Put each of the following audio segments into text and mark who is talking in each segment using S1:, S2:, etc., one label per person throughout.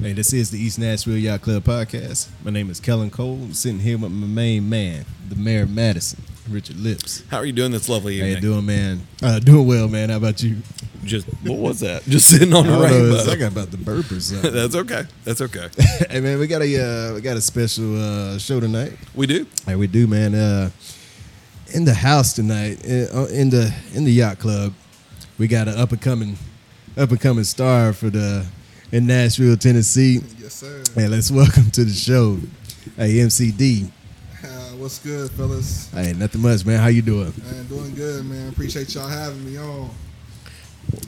S1: Hey, this is the East Nashville Yacht Club podcast. My name is Kellen Cole. I'm sitting here with my main man, the Mayor of Madison, Richard Lips.
S2: How are you doing this lovely
S1: How
S2: evening?
S1: you doing, man? Uh, doing well, man. How about you? Uh,
S2: Just what was that? Just sitting on
S1: I
S2: the
S1: don't know. it's
S2: rainbow.
S1: like I about the burp or something.
S2: That's okay. That's okay.
S1: hey, man, we got a uh, we got a special uh, show tonight.
S2: We do.
S1: Hey, we do, man. Uh, in the house tonight, in, uh, in the in the yacht club, we got an up and coming, up and coming star for the in Nashville, Tennessee.
S3: Yes, sir.
S1: Hey, let's welcome to the show, hey MCD.
S3: Uh, what's good, fellas?
S1: Hey, nothing much, man. How you doing?
S3: Man, doing good, man. Appreciate y'all having me on.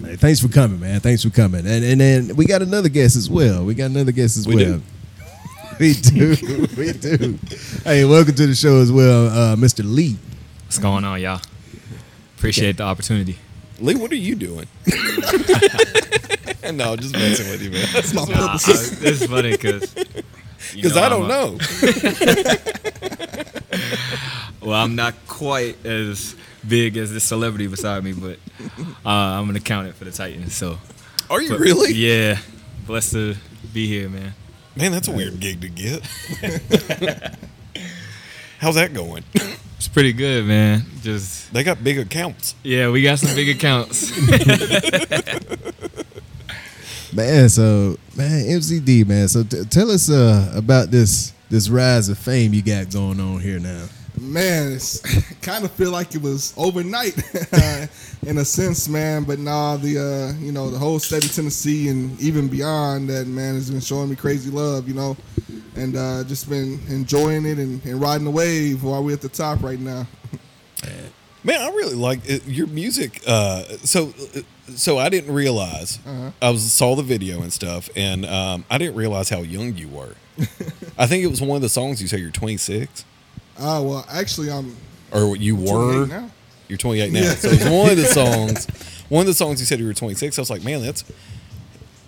S1: Hey, thanks for coming, man. Thanks for coming. And and then we got another guest as well. We got another guest as
S2: We
S1: well.
S2: do.
S1: we do. We do. Hey, welcome to the show as well, uh, Mr. Lee.
S4: What's going on, y'all? Appreciate the opportunity.
S2: Lee, what are you doing? no, just messing with you, man.
S3: That's my
S4: Nah, I-
S3: purpose.
S4: it's Uh, funny because
S2: Because I don't know.
S4: Well, I'm not quite as big as this celebrity beside me, but uh, I'm an accountant for the Titans. So
S2: Are you
S4: but-
S2: really?
S4: Yeah, blessed to be here, man.
S2: Man, that's a weird gig to get. How's that going?
S4: It's pretty good, man. Just
S2: They got big accounts.
S4: yeah, we got some big accounts.
S1: Man, so man, MCD, man. So t- tell us uh, about this this rise of fame you got going on here now.
S3: Man, it's kind of feel like it was overnight, in a sense, man. But nah, the uh, you know the whole state of Tennessee and even beyond that, man, has been showing me crazy love, you know, and uh, just been enjoying it and, and riding the wave while we're at the top right now.
S2: Man, I really like it. your music. Uh, so, so I didn't realize
S3: Uh-huh.
S2: I was saw the video and stuff, and um, I didn't realize how young you were. I think it was one of the songs you say you're 26
S3: Uh, well, actually, I'm
S2: or what you
S3: 28
S2: were.
S3: now.
S2: You're 28 now. So it was one of the songs. One of the songs you said you were 26. I was like, man, that's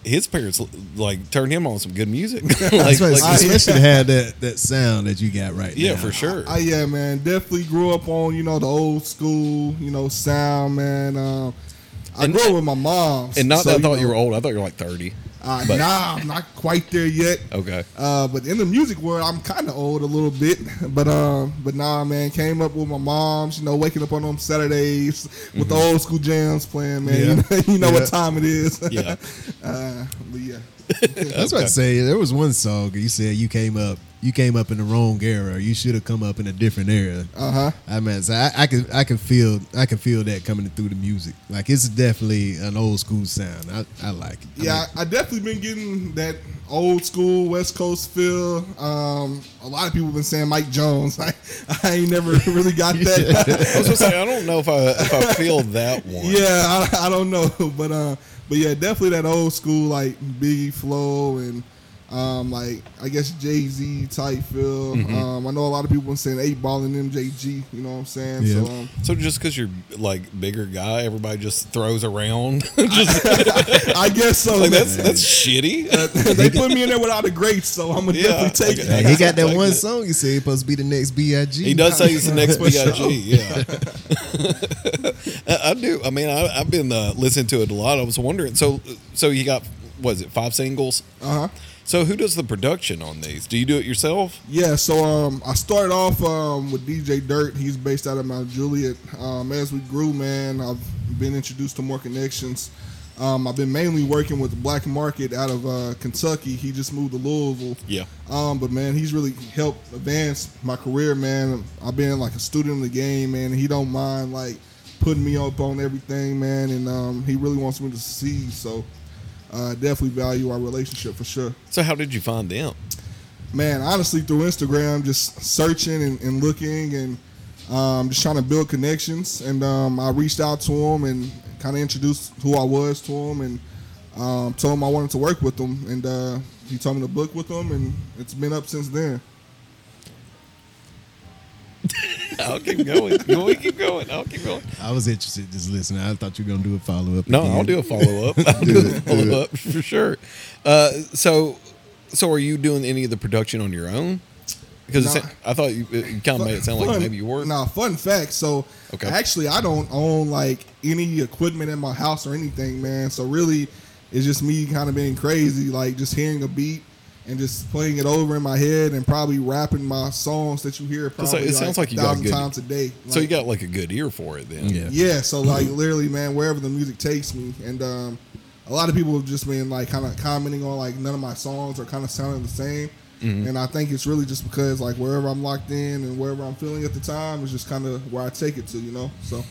S2: his parents like turned him on some good music. like,
S1: That's right,
S2: like-
S1: especially to have that that sound that you got right
S2: yeah,
S1: now.
S2: for sure.
S3: I, yeah, man. Definitely grew up on you know the old school you know sound, man. Um, I
S2: And-
S3: grew up with my mom,
S2: and not
S3: so,
S2: that I thought you
S3: know,
S2: were old. I thought you were like 30.
S3: Uh,
S2: but-
S3: nah, I'm not quite there yet.
S2: Okay.
S3: Uh, but in the music world, I'm kind of old a little bit. But um, but nah, man, came up with my mom's. You know, waking up on them Saturdays with the
S2: Mm-hmm.
S3: old school jams playing, man. You know, you know
S1: Yeah.
S3: what time it is.
S2: Yeah.
S3: uh, but yeah.
S1: That's what I say. There was one song you said you came up you came up in the wrong era. or You should have come up in a different era.
S3: Uh huh.
S1: I mean, so I, I can I can feel I can feel that coming through the music. Like it's definitely an old school sound. I, I like it. I
S3: Yeah, I, I definitely been getting that old school West Coast feel. Um, a lot of people been saying Mike Jones. I, I ain't never really got that.
S2: I was just saying, I don't know if I if I feel that one.
S3: yeah, I, I don't know, but uh, but yeah, definitely that old school like Biggie Flow and um, like I guess Jay Z type feel. Um, I know a lot of people been saying eight ball and MJG. You know what I'm saying?
S1: Yeah.
S3: So um,
S2: So just because you're like bigger guy, everybody just throws around. just
S3: I guess so.
S2: like
S3: man.
S2: that's that's shitty.
S3: they put me in there with all the greats, so I'm gonna
S2: Yeah,
S3: definitely take
S2: like-
S3: it.
S1: mean, he got that
S2: Like
S1: one
S2: that.
S1: song you said he supposed to be the next Big.
S2: He does say he's the next
S1: For
S2: Big.
S1: sure.
S2: Yeah, I I do. I mean, I, I've been uh, listening to it a lot. I was wondering. So, so you got was it five singles?
S3: Uh huh.
S2: So who does the production on these? Do you do it yourself?
S3: Yeah, so um, I started off um, with DJ Dirt. He's based out of Mount Juliet. Um, as we grew, man, I've been introduced to more connections. Um, I've been mainly working with Black Market out of uh, Kentucky. He just moved to Louisville.
S2: Yeah.
S3: Um, but man, he's really helped advance my career, man. I've been like a student in the game, man. He don't mind like putting me up on everything, man, and um, he really wants me to succeed. So uh, definitely value our relationship for sure.
S2: So how did you find them?
S3: man, honestly, through Instagram, just searching and, and looking and um, just trying to build connections. And um, I reached out to him and kind of introduced who I was to him and um, told him I wanted to work with him. And uh, he told me to book with him, and it's been up since then.
S2: I'll keep going. No, we keep going. I'll keep going.
S1: I was interested just listening. I thought you were gonna do a follow up.
S2: No, I'll do a follow up. I'll do a follow up for sure. Uh, so, so are you doing any of the production on your own? Because it
S3: Nah.
S2: sa- I thought you, you kind of made it sound like maybe you were.
S3: Nah, fun fact. So
S2: Okay.
S3: actually, I don't own like any equipment in my house or anything, man. So really, It's just me kind of being crazy, like just hearing a beat and just playing it over in my head and probably rapping my songs that you hear
S2: like-
S3: probably
S2: it sounds like
S3: a
S2: you got
S3: thousand
S2: good-
S3: times a day.
S2: So you
S3: Like,
S2: got like a good ear for it then.
S1: Yeah.
S3: yeah, so like literally, man, wherever the music takes me, and um, a lot of people have just been like kind of commenting on like none of my songs are kind of sounding the same, and I think it's really just because like wherever I'm locked in and wherever I'm feeling at the time is just kind of where I take it to, you know. So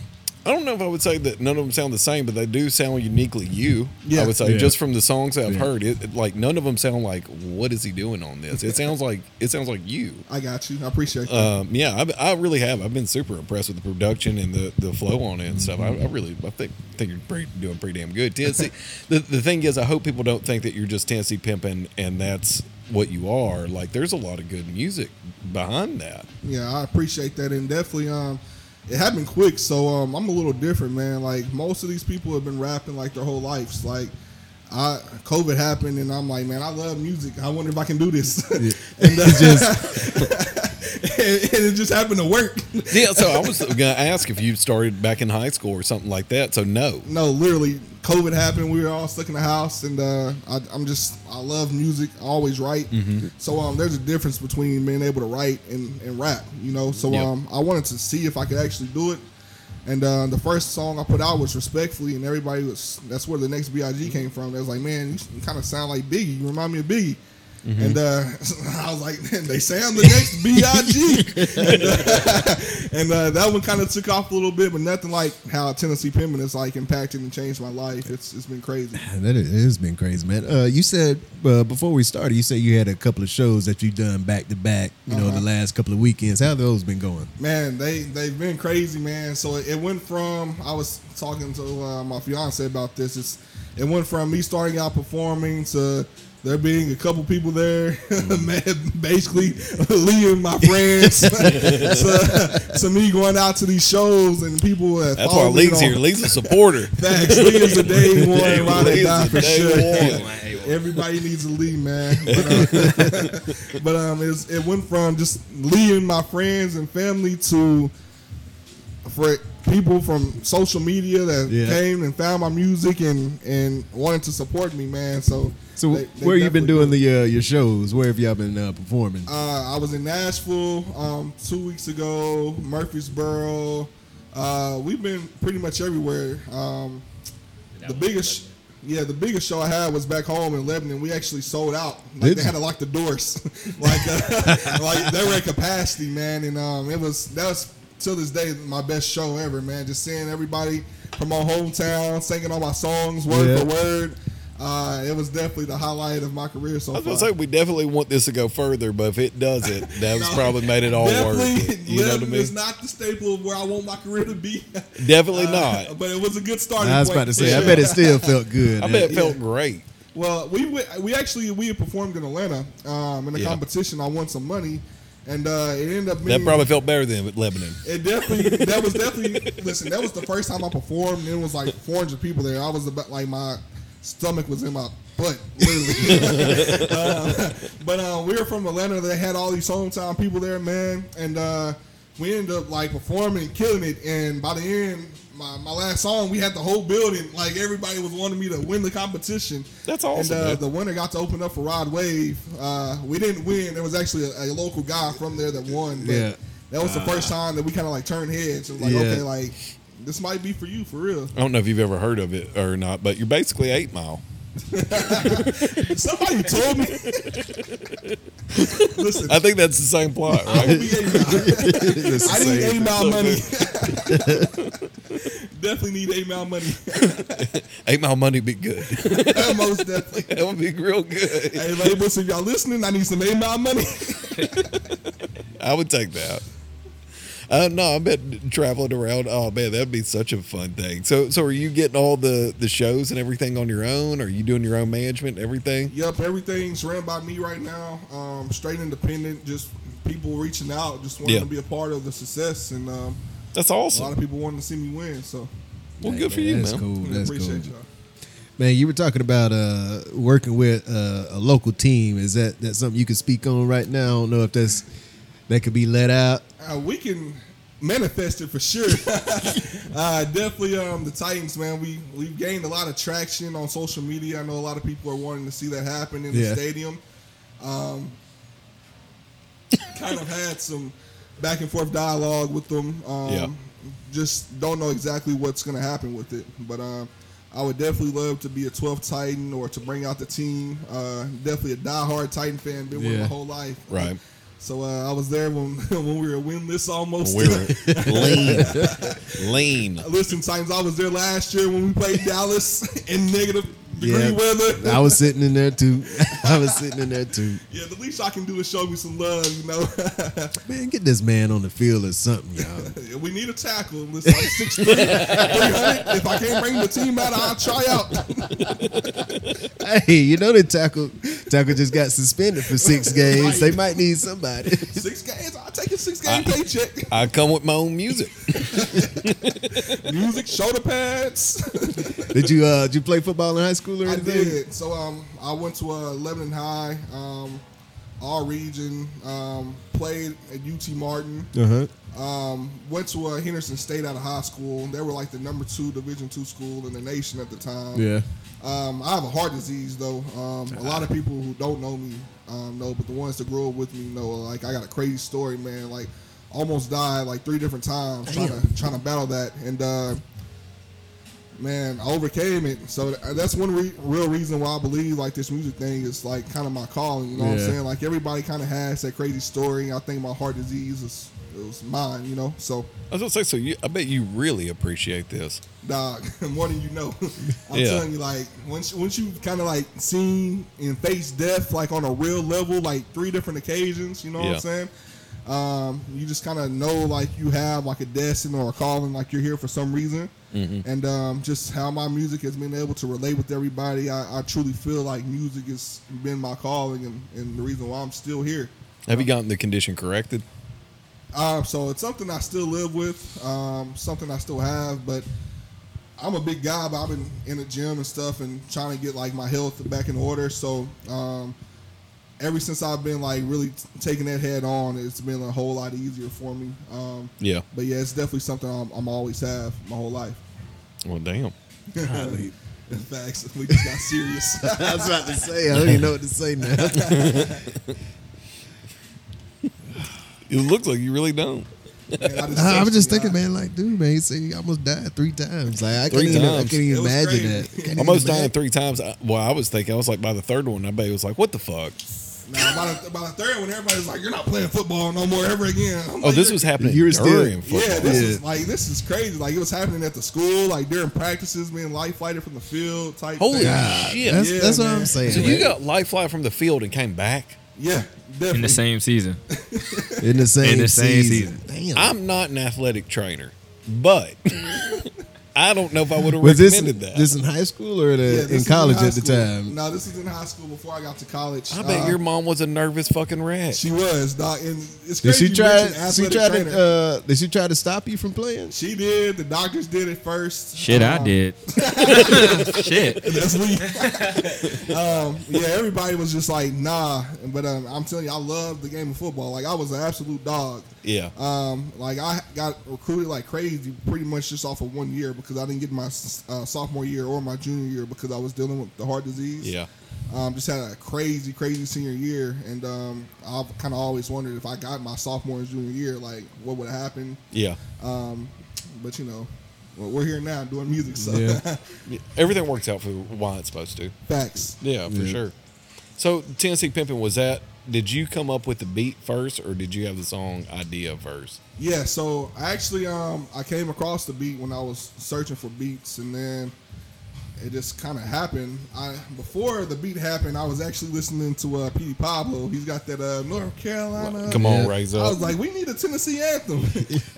S2: I don't know if I would say that none of them sound the same, but they do sound uniquely you.
S3: Yeah.
S2: I would say
S1: Yeah.
S2: just from the songs that I've
S1: Yeah.
S2: heard, it, it- like none of them sound like what is he doing on this? It sounds like it sounds like you.
S3: I got you, I appreciate that.
S2: Um, yeah, I, I really have. I've been super impressed with the production and the, the flow on it and stuff. I, I really, I think think you're pretty, doing pretty damn good. Tennessee. the the thing is, I hope people don't think that you're just Tennessee pimping and that's what you are. Like, there's a lot of good music behind that.
S3: Yeah, I appreciate that, and definitely, um, it happened quick, so um, I'm a little different, man. Like most of these people have been rapping like their whole lives. Like, I COVID happened, and I'm like, man, I love music. I wonder if I can do this. and, uh, and, and it just happened to work.
S2: Yeah. So I was gonna ask if you started back in high school or something like that. So no.
S3: no, literally, COVID happened. We were all stuck in the house, and uh, I, I'm just I love music. I always write, so um, there's a difference between being able to write and, and rap, you know. So
S2: Yep.
S3: um, I wanted to see if I could actually do it. And uh, the first song I put out was respectfully, and everybody was. That's where the next Big came from. They was like, man, you kind of sound like Biggie. You remind me of Biggie. And uh, I was like, man, they sound the next Big. and uh, and, uh, that one kind of took off a little bit, but nothing like how Tennessee Penman has like impacted and changed my life. It's it's been crazy.
S1: Man, That is, it has been crazy, man. Uh, you said uh, before we started, you said you had a couple of shows that you done back to back. You know,
S3: Uh-huh.
S1: the last couple of weekends. How those been going?
S3: man they they've been crazy man so it went from i was talking to uh, my fiance about this it's it went from me starting out performing to there being a couple people there
S2: Mm-hmm.
S3: man, basically leaving my friends to, to me going out to these shows and people that
S2: That's why
S3: follow me
S2: Lee's
S3: on-
S2: here. Lee's a supporter.
S3: Facts. Lee is the day one ride or
S2: Lee's
S3: die
S2: the
S3: for
S2: day
S3: sure.
S2: one.
S3: Everybody needs a lead, man. But, um, but, um, it's, it went from just leading my friends and family to for people from social media that
S1: Yeah.
S3: came and found my music and and wanted to support me, man. So
S1: So
S3: they- they
S1: where you been
S3: definitely
S1: doing
S3: do.
S1: the uh, your shows? Where have y'all been uh, performing?
S3: Uh, I was in Nashville um, two weeks ago, Murfreesboro. Uh, we've been pretty much everywhere. Um, the biggest, yeah, the biggest show I had was back home in Lebanon. We actually sold out.
S1: Did
S3: Like they
S1: you?
S3: had to lock the doors, like uh, like they were at capacity, man. And um, it was that was till this day my best show ever, man. Just seeing everybody from my hometown singing all my songs word
S1: Yeah.
S3: for word. Uh, it was definitely the highlight of my career so
S2: I was
S3: far.
S2: gonna say we definitely want this to go further, but if it doesn't, that was probably made it all worth it.
S3: Definitely,
S2: Oh, You know what I
S3: Lebanon
S2: mean?
S3: is not the staple of where I want my career to be.
S2: Definitely
S3: Uh,
S2: not.
S3: but it was a good starting.
S1: I was
S3: point
S1: about to
S3: for
S1: say. I
S3: sure.
S1: bet it still felt good.
S2: I bet it felt great.
S3: Well, we went- we actually we had performed in Atlanta um, in a
S2: Yeah.
S3: competition. I won some money, and uh, it ended up
S2: That
S3: being-
S2: probably felt better than Lebanon.
S3: It definitely that was definitely listen. That was the first time I performed. and It was like 400 people there. I was about like my stomach was in my butt, literally. Uh, but uh, we were from Atlanta. They had all these hometown people there, man, and uh, we ended up like performing and killing it. And by the end, my, my last song, we had the whole building. Like everybody was wanting me to win the competition.
S2: That's awesome,
S3: And uh,
S2: man.
S3: the winner got to open up for Rod Wave. Uh, we didn't win. There was actually a, a local guy from there that won. But
S1: Yeah.
S3: that was the first time that we kind of like turned heads and like,
S1: Yeah.
S3: okay, like this might be for you for real.
S2: I don't know if you've ever heard of it or not, but you're basically Eight Mile.
S3: Somebody told me. Listen,
S2: I think that's the same plot,
S3: I
S2: right?
S3: need eight mile.
S1: It's the same.
S3: I need eight mile money. definitely need eight mile money.
S2: Eight Mile money be good.
S3: Most definitely.
S2: that would be real good.
S3: Hey, labels, if y'all listening, I need some eight mile money.
S2: I would take that. Uh, no, I bet traveling around. Oh man, that'd be such a fun thing. So, so are you getting all the the shows and everything on your own? Are you doing your own management, and everything?
S3: Yep, everything's ran by me right now. Um, straight independent, just people reaching out, just wanting
S2: Yeah.
S3: to be a part of the success, and um,
S2: That's
S3: a lot
S2: awesome.
S3: of people wanting to see me win. So,
S2: Well, good for you,
S1: That's
S2: man.
S1: cool.
S3: I
S1: That's cool.
S3: appreciate y'all.
S1: Man, you were talking about uh, working with uh, a local team. Is that that something you could speak on right now? I don't know if that's that could be let out.
S3: Uh, we can manifest it for sure. Uh, definitely, um, the Titans, man. We we've gained a lot of traction on social media. I know a lot of people are wanting to see that happen in
S1: Yeah.
S3: the stadium. Um, kind of had some back and forth dialogue with them. Um,
S2: Yeah.
S3: Just don't know exactly what's going to happen with it, but um, I would definitely love to be a 12th Titan or to bring out the team. Uh, definitely a diehard Titan fan, been one
S1: Yeah.
S3: my whole life.
S2: Right.
S3: So uh, I was there when when we were winless almost.
S2: We're lean. Lean.
S3: Listen, Titans, I was there last year when we played Dallas in negative degree
S1: Yeah.
S3: weather.
S1: I was sitting in there too. I was sitting in there too.
S3: yeah, the least I can do is show me some love, you know.
S1: Man, get this man on the field or something, y'all.
S3: we need a tackle. It's like 6'3", 300. If I can't bring the team out, I'll try out.
S1: hey, you know the tackle tackle just got suspended for six games. They might need somebody.
S3: Six games, I'll take a six game paycheck.
S2: I come with my own music.
S3: Music, shoulder pads.
S1: did you uh did you play football in high school or
S3: I
S1: anything?
S3: did. So um, I went to uh, Lebanon High, um, all region. Um, played at UT Martin.
S1: Uh-huh.
S3: Um, went to uh, Henderson State out of high school. They were like the number two Division two school in the nation at the time.
S1: Yeah.
S3: Um, I have a heart disease though. Um, a lot of people who don't know me um, know, but the ones that grew up with me know. Like I got a crazy story, man. Like almost died like three different times trying to trying to battle that, and uh, man, I overcame it. So th- uh, that's one re- real reason why I believe like this music thing is like kind of my calling. You know what
S1: Yeah.
S3: I'm saying? Like everybody kind of has that crazy story. I think my heart disease is it was mine. You know, so
S2: I was gonna say, so you, I bet you really appreciate this.
S3: dog, more than you know. I'm
S2: Yeah.
S3: telling you, like once once you kind of like seen and faced death like on a real level, like three different occasions. You know what
S2: Yeah.
S3: I'm saying? Um, you just kind of know like you have like a destiny or a calling, like you're here for some reason.
S2: Mm-hmm.
S3: And um, just how my music has been able to relate with everybody, I, I truly feel like music has been my calling and, and the reason why I'm still here.
S2: Have you gotten the condition corrected?
S3: Um, so it's something I still live with, um, something I still have, but I'm a big guy, but I've been in the gym and stuff and trying to get like my health back in order. So um, ever since I've been like really t- taking that head on, it's been a whole lot easier for me. Um,
S2: Yeah.
S3: but yeah, it's definitely something I'm, I'm always have my whole life.
S2: Well, damn.
S3: In fact, we just got serious.
S1: I was about to say, I don't even know what to say now.
S2: It looks like you really don't.
S3: Man, I
S1: Uh-huh, I was just
S3: touched
S1: thinking,
S3: the eye.
S1: man, like, dude, man, he said he almost died three times. Like, I can't
S2: Three
S1: even, I
S2: times.
S1: can't even
S3: It was
S1: imagine
S3: crazy.
S1: that. I can't
S2: Almost
S1: even
S2: dying three times. I, well, I was thinking, I was like, by the third one, I bet it was like, what the fuck?
S3: Now, by, the, by the third one, everybody's like, "You're not playing football no more ever again." I'm
S2: Oh,
S3: like,
S2: this
S3: "You're-
S2: was happening
S1: You were still-
S2: during football.
S3: Yeah, this
S1: Yeah.
S3: is like this is crazy. Like it was happening at the school, like during practices, being life flighted from the field type.
S2: Holy
S3: thing.
S2: shit.
S1: That's,
S3: Yeah,
S1: that's what
S3: man.
S1: I'm saying.
S2: so you
S1: man.
S2: got life flight from the field and came back.
S3: yeah, definitely.
S4: in the same season.
S1: in the same,
S4: In the same
S1: season. Damn.
S2: I'm not an athletic trainer, but I don't know if I would have
S1: was this,
S2: recommended that.
S1: this in high school or
S3: Yeah,
S1: the,
S3: this
S1: in
S3: is
S1: college
S3: high
S1: at the
S3: school.
S1: time?
S3: No, this is in high school before I got to college.
S2: I bet
S3: Uh,
S2: your mom was a nervous fucking wreck.
S3: She was, dog, and it's
S1: Did
S3: crazy.
S1: she
S3: you
S1: try?
S3: mentioned
S1: She
S3: athletic
S1: tried
S3: trainer.
S1: to. Uh, did she try to stop you from playing?
S3: she did. The doctors did it first.
S4: Shit, I
S3: Um,
S4: did. Shit.
S3: That's me. um, yeah, everybody was just like, nah. But um, I'm telling you, I love the game of football. Like I was an absolute dog.
S2: Yeah.
S3: Um, like I got recruited like crazy, pretty much just off of one year because I didn't get my uh, sophomore year or my junior year because I was dealing with the heart disease.
S2: Yeah.
S3: Um, just had a crazy, crazy senior year, and um, I've kind of always wondered if I got my sophomore and junior year, like what would happen.
S2: Yeah.
S3: Um, but you know, well, we're here now doing music, so
S1: Yeah.
S2: Everything works out for why it's supposed to.
S3: facts.
S2: Yeah, for
S1: Yeah.
S2: sure. So Tennessee Pimpin' was that? Did you come up with the beat first, or did you have the song idea first?
S3: Yeah, so I actually um I came across the beat when I was searching for beats and then it just kind of happened. I before the beat happened, I was actually listening to uh P. Pablo. He's got that uh North Carolina
S2: Come on,
S1: yeah.
S2: raise
S3: I
S2: up.
S3: was like, we need a Tennessee anthem.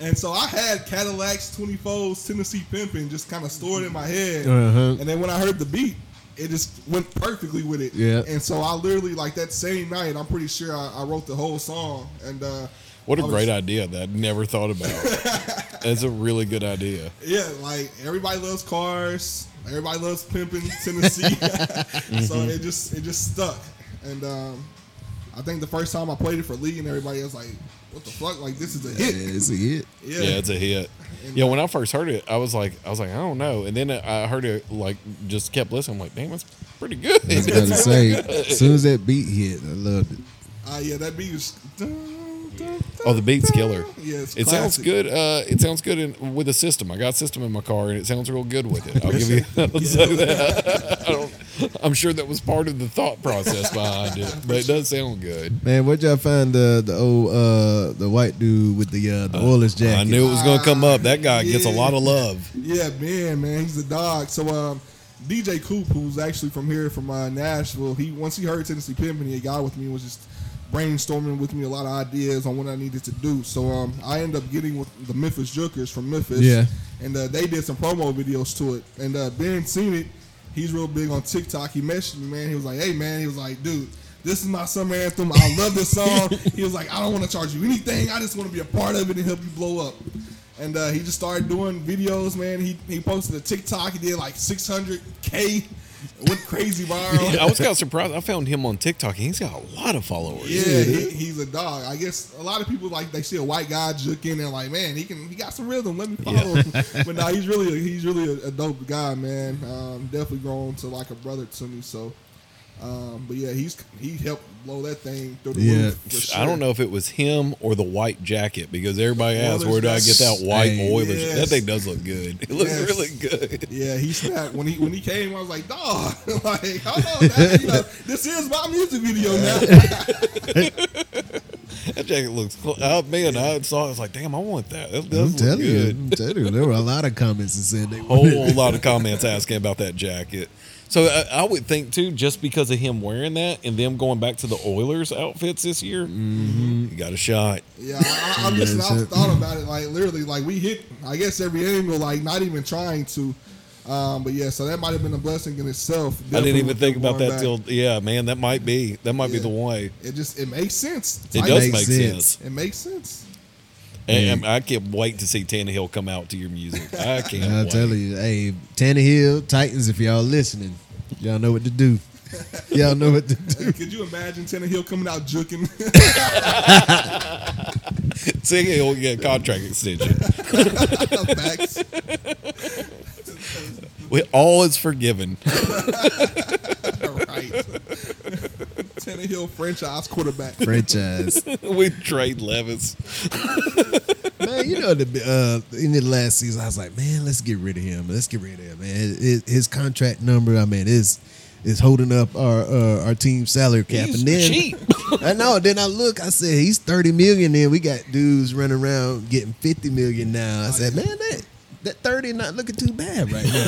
S3: and so I had Cadillacs, 24s, Tennessee Pimpin' just kind of stored in my head.
S1: Uh-huh.
S3: And then when I heard the beat, it just went perfectly with it.
S1: Yeah.
S3: And so I literally, like that same night, I'm pretty sure I, I wrote the whole song. And uh,
S2: what a
S3: I was-
S2: great idea that I never thought about. That's a really good idea.
S3: Yeah, like everybody loves cars. Everybody loves pimping Tennessee. so
S2: Mm-hmm.
S3: it just it just stuck. And um, I think the first time I played it for Lee and everybody was like, what the fuck? Like this is a
S5: Yeah,
S3: hit.
S5: it's a hit.
S3: Yeah.
S2: Yeah. it's a hit. Yeah, when I first heard it, I was like, I was like, I don't know. And then I heard it like just kept listening. I'm like, damn, that's pretty good.
S5: I was about to
S2: That's
S5: say,
S2: really good.
S5: as soon as that beat hit, I loved it.
S3: Uh, yeah, that beat was.
S2: Oh, the beat's killer.
S3: Yeah, it's
S2: it sounds
S3: classic.
S2: good. Uh, it sounds good in, with a system. I got system in my car, and it sounds real good with it. I'll give you. I'll say that. I don't, I'm sure that was part of the thought process behind it, but it does sound good.
S1: Man, where'd y'all find the the old uh the white dude with the uh the Oilers jacket?
S2: I knew it was going to come up. That guy gets a
S3: Yeah.
S2: lot of love.
S3: Yeah, man, man, he's a dog. So, um, DJ Coop, who's actually from here, from uh, Nashville, he once he heard Tennessee Pimpin', he got with me and was just brainstorming with me a lot of ideas on what I needed to do. So, um, I ended up getting with the Memphis Jokers from Memphis.
S1: Yeah.
S3: And uh, they did some promo videos to it. And uh, Ben seen it. He's real big on TikTok. He messaged me, man. He was like, hey, man. He was like, dude, this is my summer anthem. I love this song. he was like, I don't want to charge you anything. I just want to be a part of it and help you blow up. And uh, he just started doing videos, man. He, he posted a TikTok. He did like 600K. Went crazy viral.
S2: I was kind of surprised. I found him on TikTok, and he's got a lot of followers.
S3: Yeah, he, he's a dog. I guess a lot of people like they see a white guy juking and like, man, he can he got some rhythm. Let me follow him. But no, he's really he's really a, a dope guy, man. Um, definitely grown to like a brother to me. So, um, but yeah, he's he helped blow that thing through the
S1: Yeah.
S3: roof. for
S2: I
S3: sure.
S2: don't know if it was him or the white jacket because everybody
S3: Well,
S2: asks,
S3: there's
S2: "Where do I
S3: that
S2: get that white
S1: stain.
S2: Oilers?"
S3: Yes.
S2: That thing does look good. It looks
S3: Yes.
S2: really good.
S3: Yeah, he snapped when he when he came. I was like, dog, like hold on, now, you know, this is my music video now.
S2: That jacket looks. Cl- oh, man, I saw. it, I was like, "Damn, I want that." That
S1: I'm
S2: does look
S1: telling you,
S2: good. Oh,
S1: I'm telling you, there were a lot of comments that said they
S2: whole
S1: wanted.
S2: lot of comments asking about that jacket. So I, I would think too, just because of him wearing that and them going back to the Oilers outfits this year, you got a shot.
S3: Yeah, I, I, I listen.
S1: that's
S3: I
S1: it.
S3: thought about it like literally, like we hit. I guess every angle, like not even trying to. Um, but yeah, so that might have been a blessing in itself.
S2: I didn't
S3: Definitely
S2: even think about
S3: going
S2: that
S3: back.
S2: till yeah, man. That might be that might be
S3: Yeah.
S2: the way.
S3: it just it makes sense.
S2: It
S3: Like,
S2: does
S1: makes
S2: make sense.
S1: sense.
S3: It makes sense.
S2: And, and I can't wait to see Tannehill come out to your music. I can't.
S1: I'm
S2: wait.
S1: telling you, hey, Tannehill, Titans, if y'all listening, y'all know what to do. Y'all know what to do.
S3: Could you imagine Tannehill coming out juking?
S2: See, he'll get a contract extension.
S3: Facts.
S2: We, all is forgiven.
S3: right. Tannehill franchise quarterback.
S1: Franchise.
S2: we trade Levis.
S1: Man, you know, the, uh, in the last season, I was like, man, let's get rid of him. Let's get rid of him, man. His, his contract number, I mean, is is holding up our uh, our team salary cap.
S2: He's
S1: and then
S2: cheap.
S1: I know. Then I look, I said he's thirty million. Then we got dudes running around getting fifty million now. I said, man, that that thirty not looking too bad right now.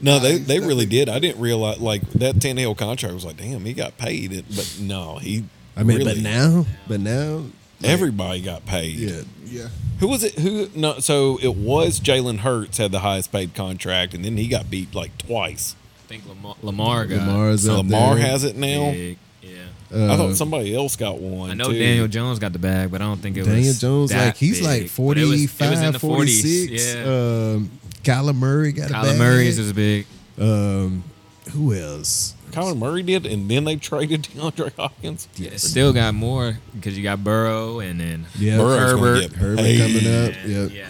S2: No, they, they really did. I didn't realize like that Tannehill contract was like, damn, he got paid. It, but no, he.
S1: I mean,
S2: really-
S1: but now, but now,
S2: everybody got paid.
S1: yeah,
S3: Yeah.
S2: Who was it? Who? No. So it was Jalen Hurts had the highest paid contract, and then he got beat like twice.
S4: I think Lamar, Lamar got
S1: Lamar's up
S2: Lamar
S1: there.
S2: has it now.
S4: big. Yeah.
S1: Uh,
S2: I thought somebody else got one.
S4: I know
S2: too.
S4: Daniel Jones got the bag, but I don't think it
S1: Daniel
S4: was.
S1: Jones,
S4: that
S1: like he's
S4: big.
S1: like
S4: But it was-
S1: 45,
S4: it was in the 40s,
S1: 46.
S4: Yeah.
S1: Um, Kyler Murray got a
S4: Kyler
S1: bad
S4: Murray's is big.
S1: Um, who else?
S2: Colin Murray did, and then they traded DeAndre Hopkins.
S4: Yeah, still got more because you got Burrow and then
S1: Yeah,
S2: Burrow's
S4: Herbert.
S2: gonna get
S1: Herbert
S2: paid.
S1: coming up.
S4: and-
S1: Yep.
S4: yeah.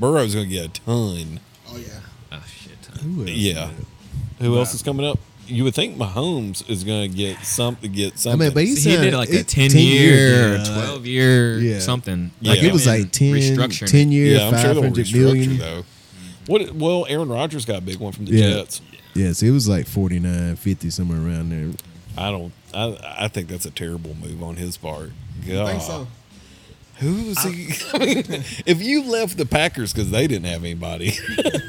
S2: Burrow's gonna get a ton.
S3: Oh yeah.
S4: Oh shit.
S1: Who else?
S2: Yeah. Who else is coming up? You would think Mahomes is gonna get some get
S1: I
S2: something.
S1: mean, but he,
S4: See, he
S1: signed-
S4: did like a
S1: it-
S4: 10, year,
S1: yeah,
S4: or 12 year
S1: uh, yeah.
S4: something.
S1: Like,
S2: Yeah.
S1: it was
S4: him in
S1: like 10,
S4: restructuring.
S1: 10 year,
S2: yeah, I'm sure
S1: five
S2: they'll
S1: hundred
S2: restructure
S1: million.
S2: though. What? Well, Aaron Rodgers got a big one from the
S1: Yeah.
S2: Jets.
S1: Yeah, so it was like 49, 50, somewhere around there.
S2: I don't. I I think that's a terrible move on his part.
S3: I
S2: God.
S3: think so.
S2: Who was he? I mean, if you left the Packers because they didn't have anybody,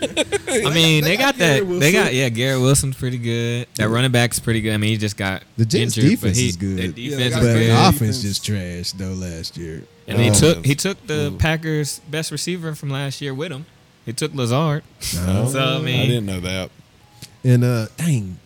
S4: I mean,
S3: They
S4: they
S3: got
S4: got that.
S3: Garrett
S4: They got
S3: Wilson.
S4: yeah, Garrett Wilson's pretty good. That running back's pretty good. I mean, he just got
S1: The Jets'
S4: injured,
S1: defense
S4: but he,
S1: is good.
S4: Their
S1: Yeah,
S3: they
S4: defense
S3: got
S1: But
S4: is
S3: Garrett
S4: good.
S1: the
S3: Wilson.
S1: offense just trash, though, last year.
S4: And he
S2: Oh.
S4: took he took the Packers' best receiver from last year with him. He took Lazard.
S1: No.
S4: So I mean,
S2: I didn't know that.
S1: And, uh, dang,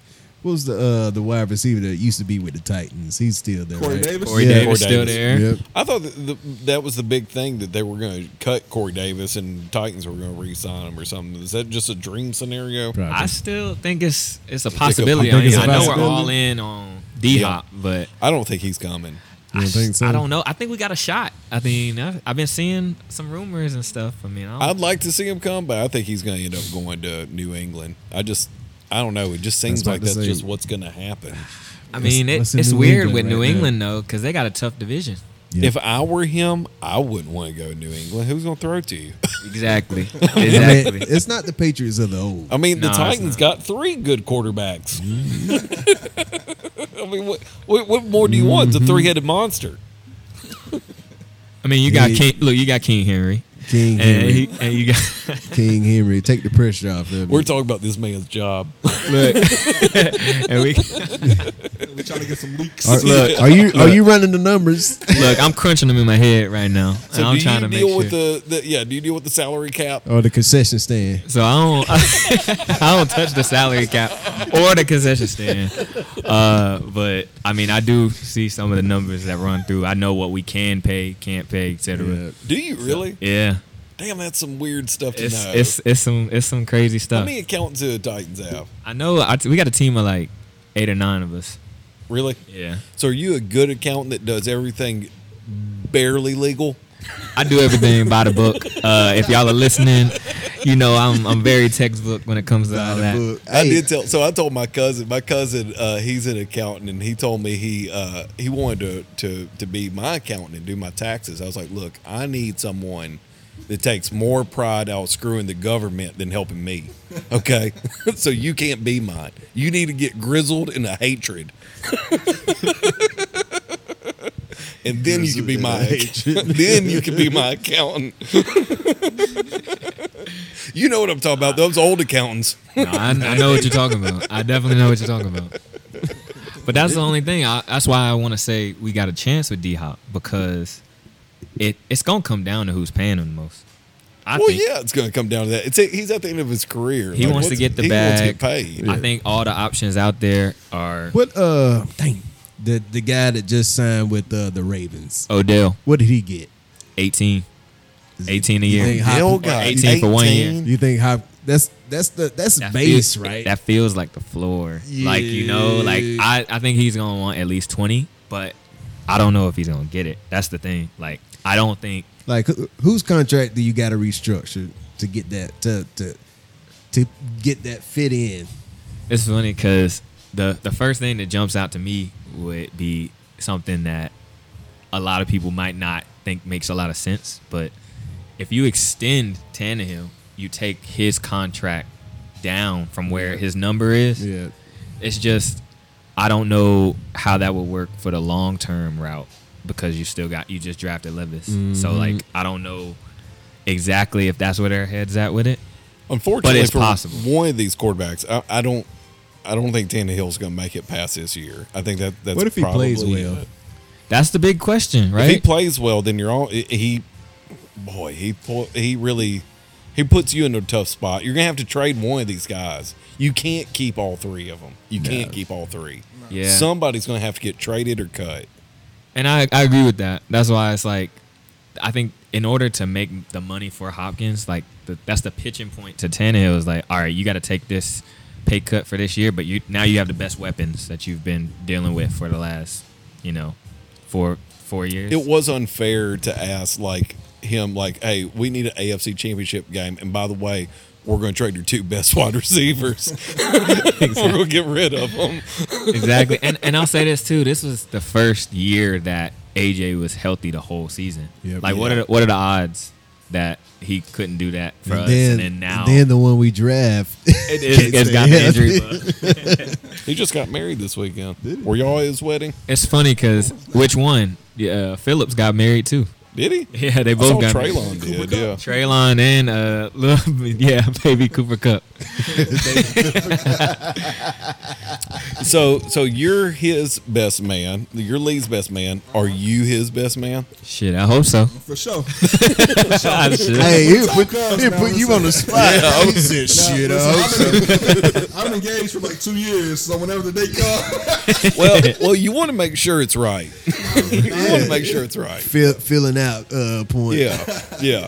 S1: what was the uh, the wide receiver that used to be with the Titans? He's still there.
S3: Corey
S1: right?
S3: Davis.
S4: Corey
S1: Yeah.
S4: Davis
S2: Corey
S4: still
S2: Davis.
S4: there.
S1: Yep.
S2: I thought that, the, that was the big thing that they were going to cut Corey Davis and Titans were going to re-sign him or something. Is that just a dream scenario?
S1: Probably.
S4: I still think it's it's a
S2: a- I
S4: possibility. I,
S1: think it's
S4: mean,
S1: a
S4: I know we're
S1: possibility.
S4: all in on D Hop, but
S2: I don't think he's coming.
S1: You
S4: I,
S1: don't think
S4: s-
S1: so?
S4: I don't know. I think we got a shot. I mean, I, I've been seeing some rumors and stuff. I mean, I
S2: I'd
S4: don't,
S2: like to see him come, but I think he's going to end up going to New England. I just, I don't know. It just seems
S1: about
S2: like
S1: to
S2: that's
S1: say.
S2: just what's going to happen.
S4: I mean, it,
S1: what's
S4: it's
S1: in New
S4: weird
S1: England
S4: with
S1: right
S4: New
S1: now?
S4: England though, because they got a tough division.
S1: Yeah.
S2: If I were him, I wouldn't want to go to New England. Who's going to throw to you?
S4: Exactly.
S1: I mean,
S4: Exactly.
S1: it's not the Patriots of the old.
S2: I mean,
S4: No,
S2: the
S4: it's
S2: Titans got three good quarterbacks.
S4: Mm-hmm.
S2: I mean, what, what, what more do you want? It's a three-headed monster.
S4: I mean, you got
S1: Yeah.
S4: King. Look, you got King Henry,
S1: King
S4: and,
S1: Henry.
S4: he, and you got.
S1: King Henry. Take the pressure off them.
S2: We're talking about this man's job.
S4: and we,
S3: We're trying to get some leaks.
S1: Are,
S4: Look,
S1: are you are you running the numbers?
S4: look, I'm crunching them in my head right now,
S2: So
S4: and I'm
S2: do you
S4: trying to make
S2: deal
S4: sure.
S2: with the, the yeah? Do you deal with the salary cap?
S1: Or the concession stand?
S4: So I don't, I don't touch the salary cap or the concession stand. Uh, but I mean, I do see some of the numbers that run through. I know what we can pay, can't pay, etc.
S2: Do you really?
S4: Yeah,
S2: Damn, that's some weird stuff to
S4: it's
S2: know.
S4: it's uh, it's some it's some crazy
S2: How
S4: stuff.
S2: many accountants do the Titans have?
S4: I know. I, we got a team of like eight or nine of us.
S2: Really?
S4: Yeah,
S2: So are you a good accountant that does everything barely legal?
S4: I do everything by the book. Uh, if y'all are listening, you know I'm I'm very textbook when it comes to all that.
S2: I
S1: Hey,
S2: did tell. So I told my cousin. My cousin, uh, he's an accountant, and he told me he uh, he wanted to, to to be my accountant and do my taxes. I was like, look, I need someone that takes more pride out screwing the government than helping me. Okay, so you can't be mine. You need to get grizzled in a hatred. And then you can be my then you can be my accountant. you know what I'm talking about? Those old accountants.
S4: No, I, I know what you're talking about. I definitely know what you're talking about. But that's the only thing. I, that's why I want to say we got a chance with D Hop because it it's gonna come down to who's paying him the most. I
S2: well,
S4: think.
S2: yeah, it's going to come down to that. It's he's at the end of his career.
S4: He
S2: Like,
S4: wants to
S2: what's-
S4: get the
S2: he
S4: bag.
S2: Wants to get paid.
S4: I think all the options out there are
S1: What uh dang the the guy that just signed with uh, the Ravens.
S4: Odell,
S1: What did he get?
S4: 18, 18 a
S1: You
S4: year.
S1: think Hop-
S2: Hell,
S1: Or
S2: God,
S4: 18 for one year.
S1: You think Hop? That's that's the that's
S4: That
S1: base,
S4: feels-
S1: right?
S4: That feels like the floor. Like you know, like
S1: Yeah.
S4: I, I think he's gonna want at least twenty, but I don't know if he's gonna get it. That's the thing. Like I don't think
S1: like who- whose contract do you got to restructure to get that to to to get that fit in?
S4: It's funny because the the first thing that jumps out to me would be something that a lot of people might not think makes a lot of sense, but if you extend Tannehill, you take his contract down from where his number is.
S1: Yeah.
S4: It's just I don't know how that would work for the long term route because you still got you just drafted Levis, so like I don't know exactly if that's where their heads at with it.
S2: Unfortunately,
S4: But it's
S2: for
S4: possible.
S2: one of these quarterbacks, I, I don't. I don't think Tannehill's going to make it past this year. I think that that's
S1: What if he
S2: probably
S1: plays well?
S2: it.
S4: That's the big question, right?
S2: If he plays well, then you're all he. Boy, he pu- he really he puts you in a tough spot. You're gonna have to trade one of these guys. You can't keep all three of them. You can't keep all three.
S4: Yeah.
S2: somebody's gonna have to get traded or cut.
S4: And I, I agree with that. That's why it's like, I think in order to make the money for Hopkins, like the, that's the pitching point to Tannehill is like, all right, you got to take this pay cut for this year, but you now you have the best weapons that you've been dealing with for the last, you know, four four years.
S2: It was unfair to ask like him like, hey, we need an AFC Championship game, and by the way. We're going to trade your two best wide receivers. We're going to get rid of them.
S4: exactly. And and I'll say this too. This was the first year that AJ was healthy the whole season.
S1: Yep.
S4: like what are the, what are the odds that he couldn't do that for us? and then now
S1: then the one we draft.
S4: it is, it's got the
S1: Yeah.
S4: injury. bug.
S2: He just got married this weekend. Were y'all at his wedding?
S4: It's funny because which one? Yeah, uh, Phillips got married too.
S2: Did he?
S4: Yeah, they
S2: I saw
S4: both got married.
S2: Traylon did. Yeah.
S4: Traylon and uh, little, yeah, baby Cooper Cup.
S2: So, so you're his best man. You're Lee's best man. Are you his best man?
S4: Shit, I hope so.
S3: For sure.
S4: I should.
S1: hey, he'll put,
S3: Comes
S1: he'll
S3: now,
S1: put you
S3: listen.
S1: on the spot. He said, shit, I hope so."
S3: I'm engaged for like two years, so whenever the date comes,
S2: Well, well, you want to make sure it's right. you want to make sure it's right.
S1: Fill, filling out uh, point.
S2: Yeah, yeah.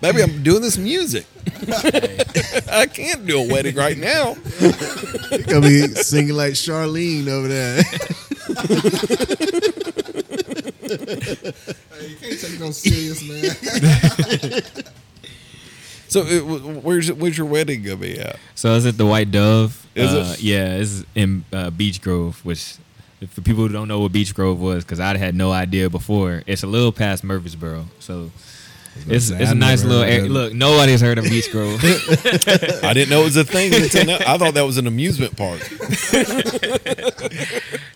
S2: Maybe I'm doing this music. I can't do a wedding right now.
S1: I mean, singing like Charlene over there.
S3: Hey, you can't take no serious, man.
S2: So it, w- where's where's your wedding gonna be at?
S4: So is it the White Dove?
S2: Is it?
S4: uh, Yeah, it's in uh, Beach Grove, which if for people who don't know what Beach Grove was, because I had no idea before, it's a little past Murfreesboro. So it's
S1: say,
S4: it's a
S1: I've
S4: nice
S1: never
S4: little
S1: heard
S4: area.
S1: of it.
S4: Look, nobody's heard of Beach Grove.
S2: I didn't know it was a thing. until now. I thought that was an amusement park.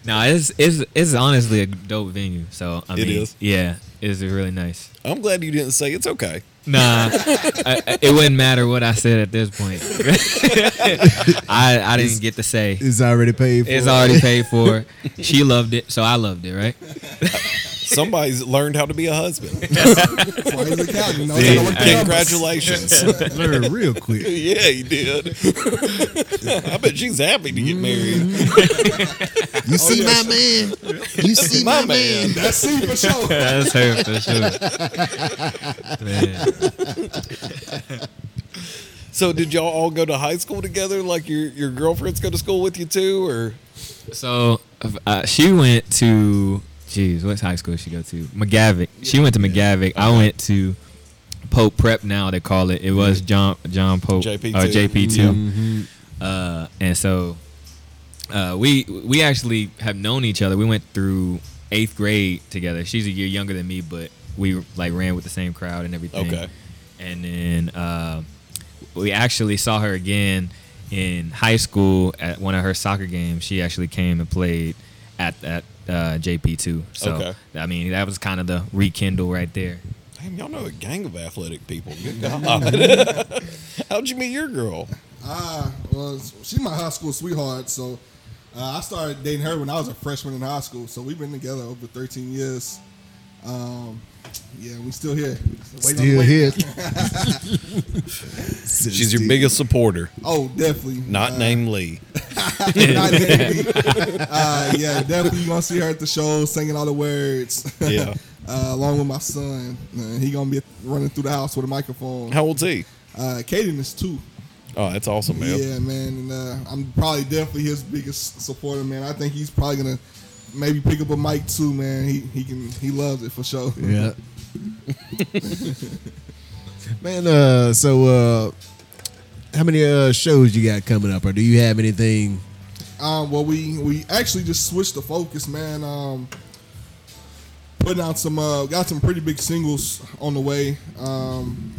S4: no, it's it's it's honestly a dope venue. So I
S2: It
S4: mean,
S2: is.
S4: yeah, it's really nice.
S2: I'm glad you didn't say it's okay.
S4: Nah, I, I- it wouldn't matter what I said at this point. I I didn't get to say.
S1: It's already paid for.
S4: It's already paid for. She loved it, so I loved it, right?
S2: Somebody's learned how to be a husband.
S3: That's why he's accounting. No,
S4: See,
S3: no one
S4: hey.
S3: cares.
S2: Congratulations.
S1: Learn real quick.
S2: yeah, he did. I bet she's happy to get married.
S1: You see my man. You see Oh, my,
S2: My
S1: man.
S2: man.
S3: That's C for sure.
S4: That's her for sure. Man.
S2: So did y'all all go to high school together? Like your your girlfriends go to school with you too, or
S4: So uh, she went to, geez, what's high school she go to? McGavick. She went to McGavick. I went to Pope Prep. Now they call it. It was John John Pope uh,
S2: JP2.
S4: or JP 2 Uh, and so uh, we we actually have known each other. We went through eighth grade together. She's a year younger than me, but we like ran with the same crowd and everything.
S2: Okay.
S4: And then uh, we actually saw her again in high school at one of her soccer games. She actually came and played at at uh, JP two. So
S2: Okay.
S4: I mean that was kind of the rekindle right there.
S2: damn, y'all know a gang of athletic people. Good God. How'd you meet your girl?
S3: Ah, well, she's my high school sweetheart, so uh, I started dating her when I was a freshman in high school. So we've been together over 13 years. Um, yeah, we still here. Waiting on the
S1: Still
S3: wait.
S1: here.
S2: She's your biggest supporter,
S3: Oh, definitely.
S2: not
S3: Uh,
S2: named Lee.
S3: not named. uh, yeah, definitely. You gonna see her at the show singing all the words.
S2: Yeah.
S3: uh, along with my son, Uh, he gonna be running through the house with a microphone.
S2: How old's he?
S3: Uh, Kaden is two.
S2: Oh, that's awesome, man.
S3: Yeah, man. And uh, I'm probably definitely his biggest supporter, man. I think he's probably gonna maybe pick up a mic too, man. He he can he loves it for sure.
S1: Yeah. Man, uh, so uh, how many uh, shows you got coming up, or do you have anything?
S3: Um, well, we we actually just switched the focus, man. Um, putting out some uh, got some pretty big singles on the way. Um,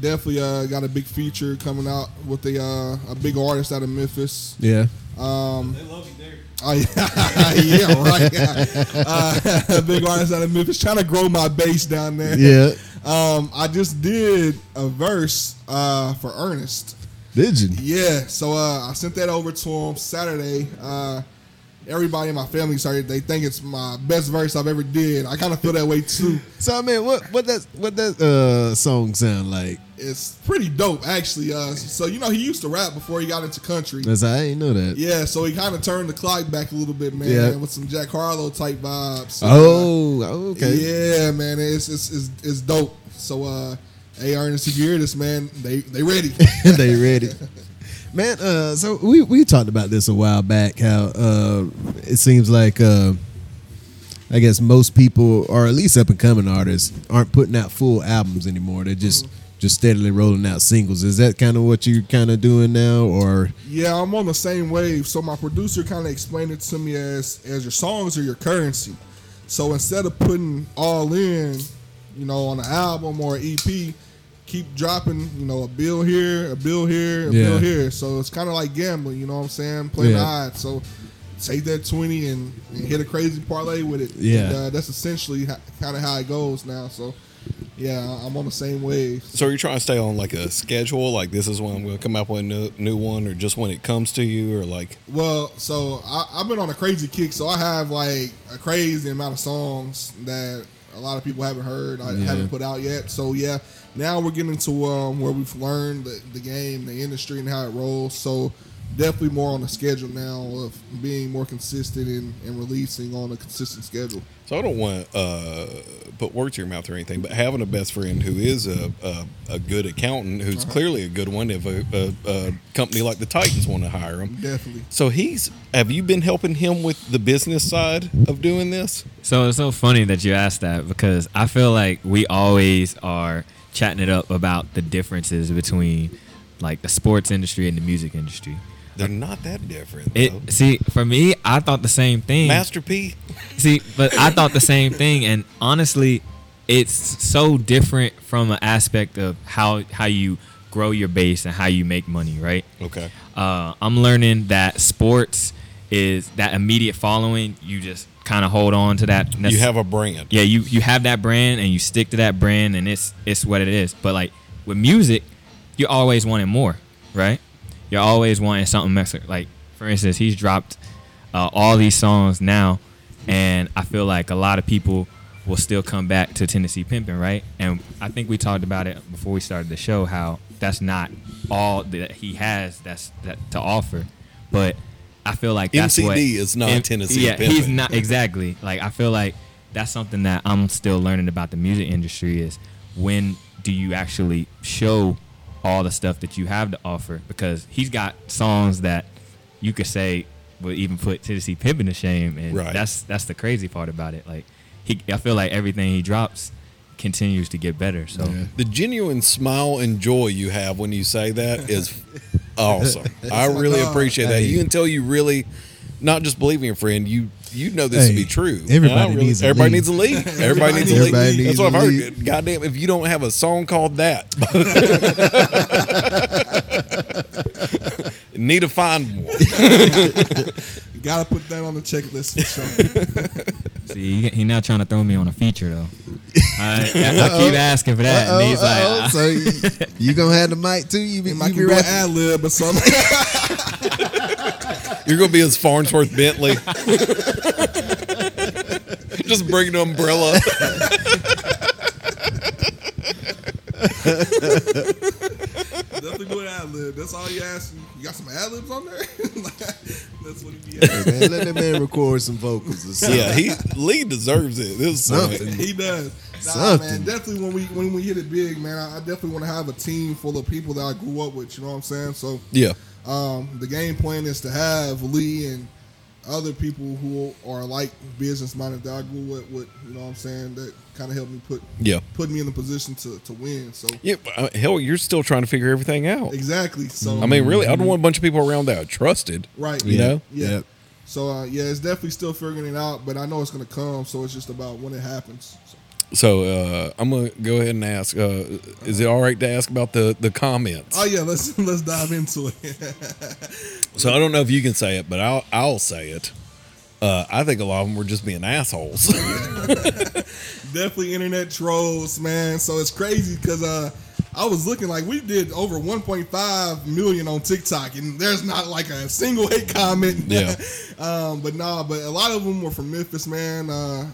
S3: definitely uh, got a big feature coming out with a uh, a big artist out of Memphis.
S1: Yeah,
S3: Um, Oh, yeah, yeah, right. Uh, a big artist out of Memphis, trying to grow my base down there.
S1: yeah.
S3: Um, I just did a verse uh, for Ernest.
S1: Did you?
S3: Yeah, so uh, I sent that over to him Saturday. Uh, everybody in my family started. They think it's my best verse I've ever did. I kind of feel that way too.
S1: So I mean, what what that what that uh, song sound like?
S3: It's pretty dope, actually. Uh, so you know, he used to rap before he got into country.
S1: That's I ain't know that.
S3: Yeah, so he kind of turned the clock back a little bit, man,
S1: Yeah.
S3: with some Jack Harlow type vibes. uh,
S1: Oh, okay.
S3: Yeah, man, it's it's it's, it's dope. So uh, hey, Ernest, if you hear this, man, they they ready.
S1: they ready. Man, uh, so we, we talked about this a while back. How uh, it seems like uh, I guess most people, or at least up and coming artists, aren't putting out full albums anymore. They're just just steadily rolling out singles. Is that kind of what you're kind of doing now, or
S3: yeah, I'm on the same wave. So my producer kind of explained it to me as as your songs are your currency. So instead of putting all in, you know, on an album or an EP, keep dropping, you know, a bill here, a bill here, a bill
S1: Yeah.
S3: here. So it's kind of like gambling, you know what I'm saying? Playing the
S1: Yeah.
S3: odds. So take that 20 and, and hit a crazy parlay with it.
S1: Yeah.
S3: And, uh, that's essentially kind of how it goes now. So yeah, I'm on the same wave.
S2: So you're trying to stay on like a schedule, like this is when I'm going to come up with a new, new one, or just when it comes to you, or like
S3: Well, so I, I've been on a crazy kick, so I have like a crazy amount of songs that a lot of people haven't heard, I haven't put out yet. So yeah, now we're getting to um, where we've learned the, the game, the industry, and how it rolls. So definitely more on the schedule now of being more consistent and, and releasing on a consistent schedule.
S2: So I don't want to uh, put words in your mouth or anything, but having a best friend who is a a, a good accountant, who's
S3: Uh-huh.
S2: clearly a good one, if a, a, a company like the Titans want to hire him.
S3: Definitely.
S2: So he's. Have you been helping him with the business side of doing this?
S4: So it's so funny that you asked that because I feel like we always are chatting it up about the differences between like the sports industry and the music industry.
S2: They're not that different.
S4: It
S2: though.
S4: see for me, I thought the same thing.
S2: Master P.
S4: See, but I thought the same thing, and honestly, it's so different from an aspect of how how you grow your base and how you make money, right?
S2: Okay.
S4: Uh, I'm learning that sports is that immediate following. You just kind of hold on to that.
S2: you have a brand.
S4: yeah, you you have that brand and you stick to that brand, and it's it's what it is. But like with music, you're always wanting more, right? You're always wanting something extra. Like for instance, he's dropped uh, all these songs now, and I feel like a lot of people will still come back to Tennessee Pimpin', right? And I think we talked about it before we started the show how that's not all that he has that's that to offer, but I feel like that's what
S2: MCD is not Tennessee
S4: Yeah,
S2: Pimpin'.
S4: he's not exactly. Like I feel like that's something that I'm still learning about the music industry is when do you actually show all the stuff that you have to offer? Because he's got songs that you could say would even put Tennessee Pimpin to shame, and
S2: Right.
S4: that's that's the crazy part about it. Like he, I feel like everything he drops continues to get better. So
S2: The genuine smile and joy you have when you say that is awesome. I really
S3: God.
S2: appreciate that.
S1: oh, Hey.
S2: You until you really not just believe in your friend, you you know this to
S1: Hey,
S2: be true.
S1: everybody
S2: And I
S1: needs a
S2: everybody
S1: lead.
S2: needs a lead. Everybody needs a lead.
S1: Everybody
S2: That's
S1: needs
S2: what
S1: a
S2: I've heard.
S1: lead.
S2: Goddamn, if you don't have a song called that, need to find one.
S3: You gotta put that on the checklist for sure.
S4: see, he, he now trying to throw me on a feature though. I, I keep asking for that, and he's like,
S1: Uh-oh, so you, you gonna have the mic too? You be,
S3: And I
S1: you
S3: can
S1: be
S3: do an
S1: rapping?
S3: ad lib or something.
S2: You're gonna be his Farnsworth Bentley. Just bring an umbrella.
S3: Definitely do an ad lib. That's all you asking. You got some ad libs on there? Like, That's what he be asking.
S1: Man, let that man record some vocals or something.
S2: yeah, he Lee deserves it. This point.
S1: Something.
S3: He does. Nah, man.
S1: Something.
S3: Definitely when we when we hit it big, man. I, I definitely want to have a team full of people that I grew up with. You know what I'm saying? So
S2: Yeah.
S3: um, the game plan is to have Lee and other people who are like business minded that I grew up with. You know what I'm saying? That kind of helped me put
S2: Yeah.
S3: put me in a position to to win. So
S2: Yeah. but, uh, Hell, you're still trying to figure everything out.
S3: exactly. So
S2: I mean, really, I don't want a bunch of people around that I trusted.
S3: right?
S2: You know?
S3: Yeah.
S1: Yep.
S3: So uh, yeah, it's definitely still figuring it out, but I know it's gonna come. So it's just about when it happens. So,
S2: So uh, I'm gonna go ahead and ask. Uh, is it all right to ask about the the comments?
S3: oh yeah, let's let's dive into it.
S2: so I don't know if you can say it, but I'll I'll say it. Uh, I think a lot of them were just being assholes.
S3: definitely internet trolls, man. So it's crazy because uh, I was looking like we did over 1.5 million on TikTok, and there's not like a single hate comment.
S2: Yeah.
S3: um, but nah, but a lot of them were from Memphis, man. Uh,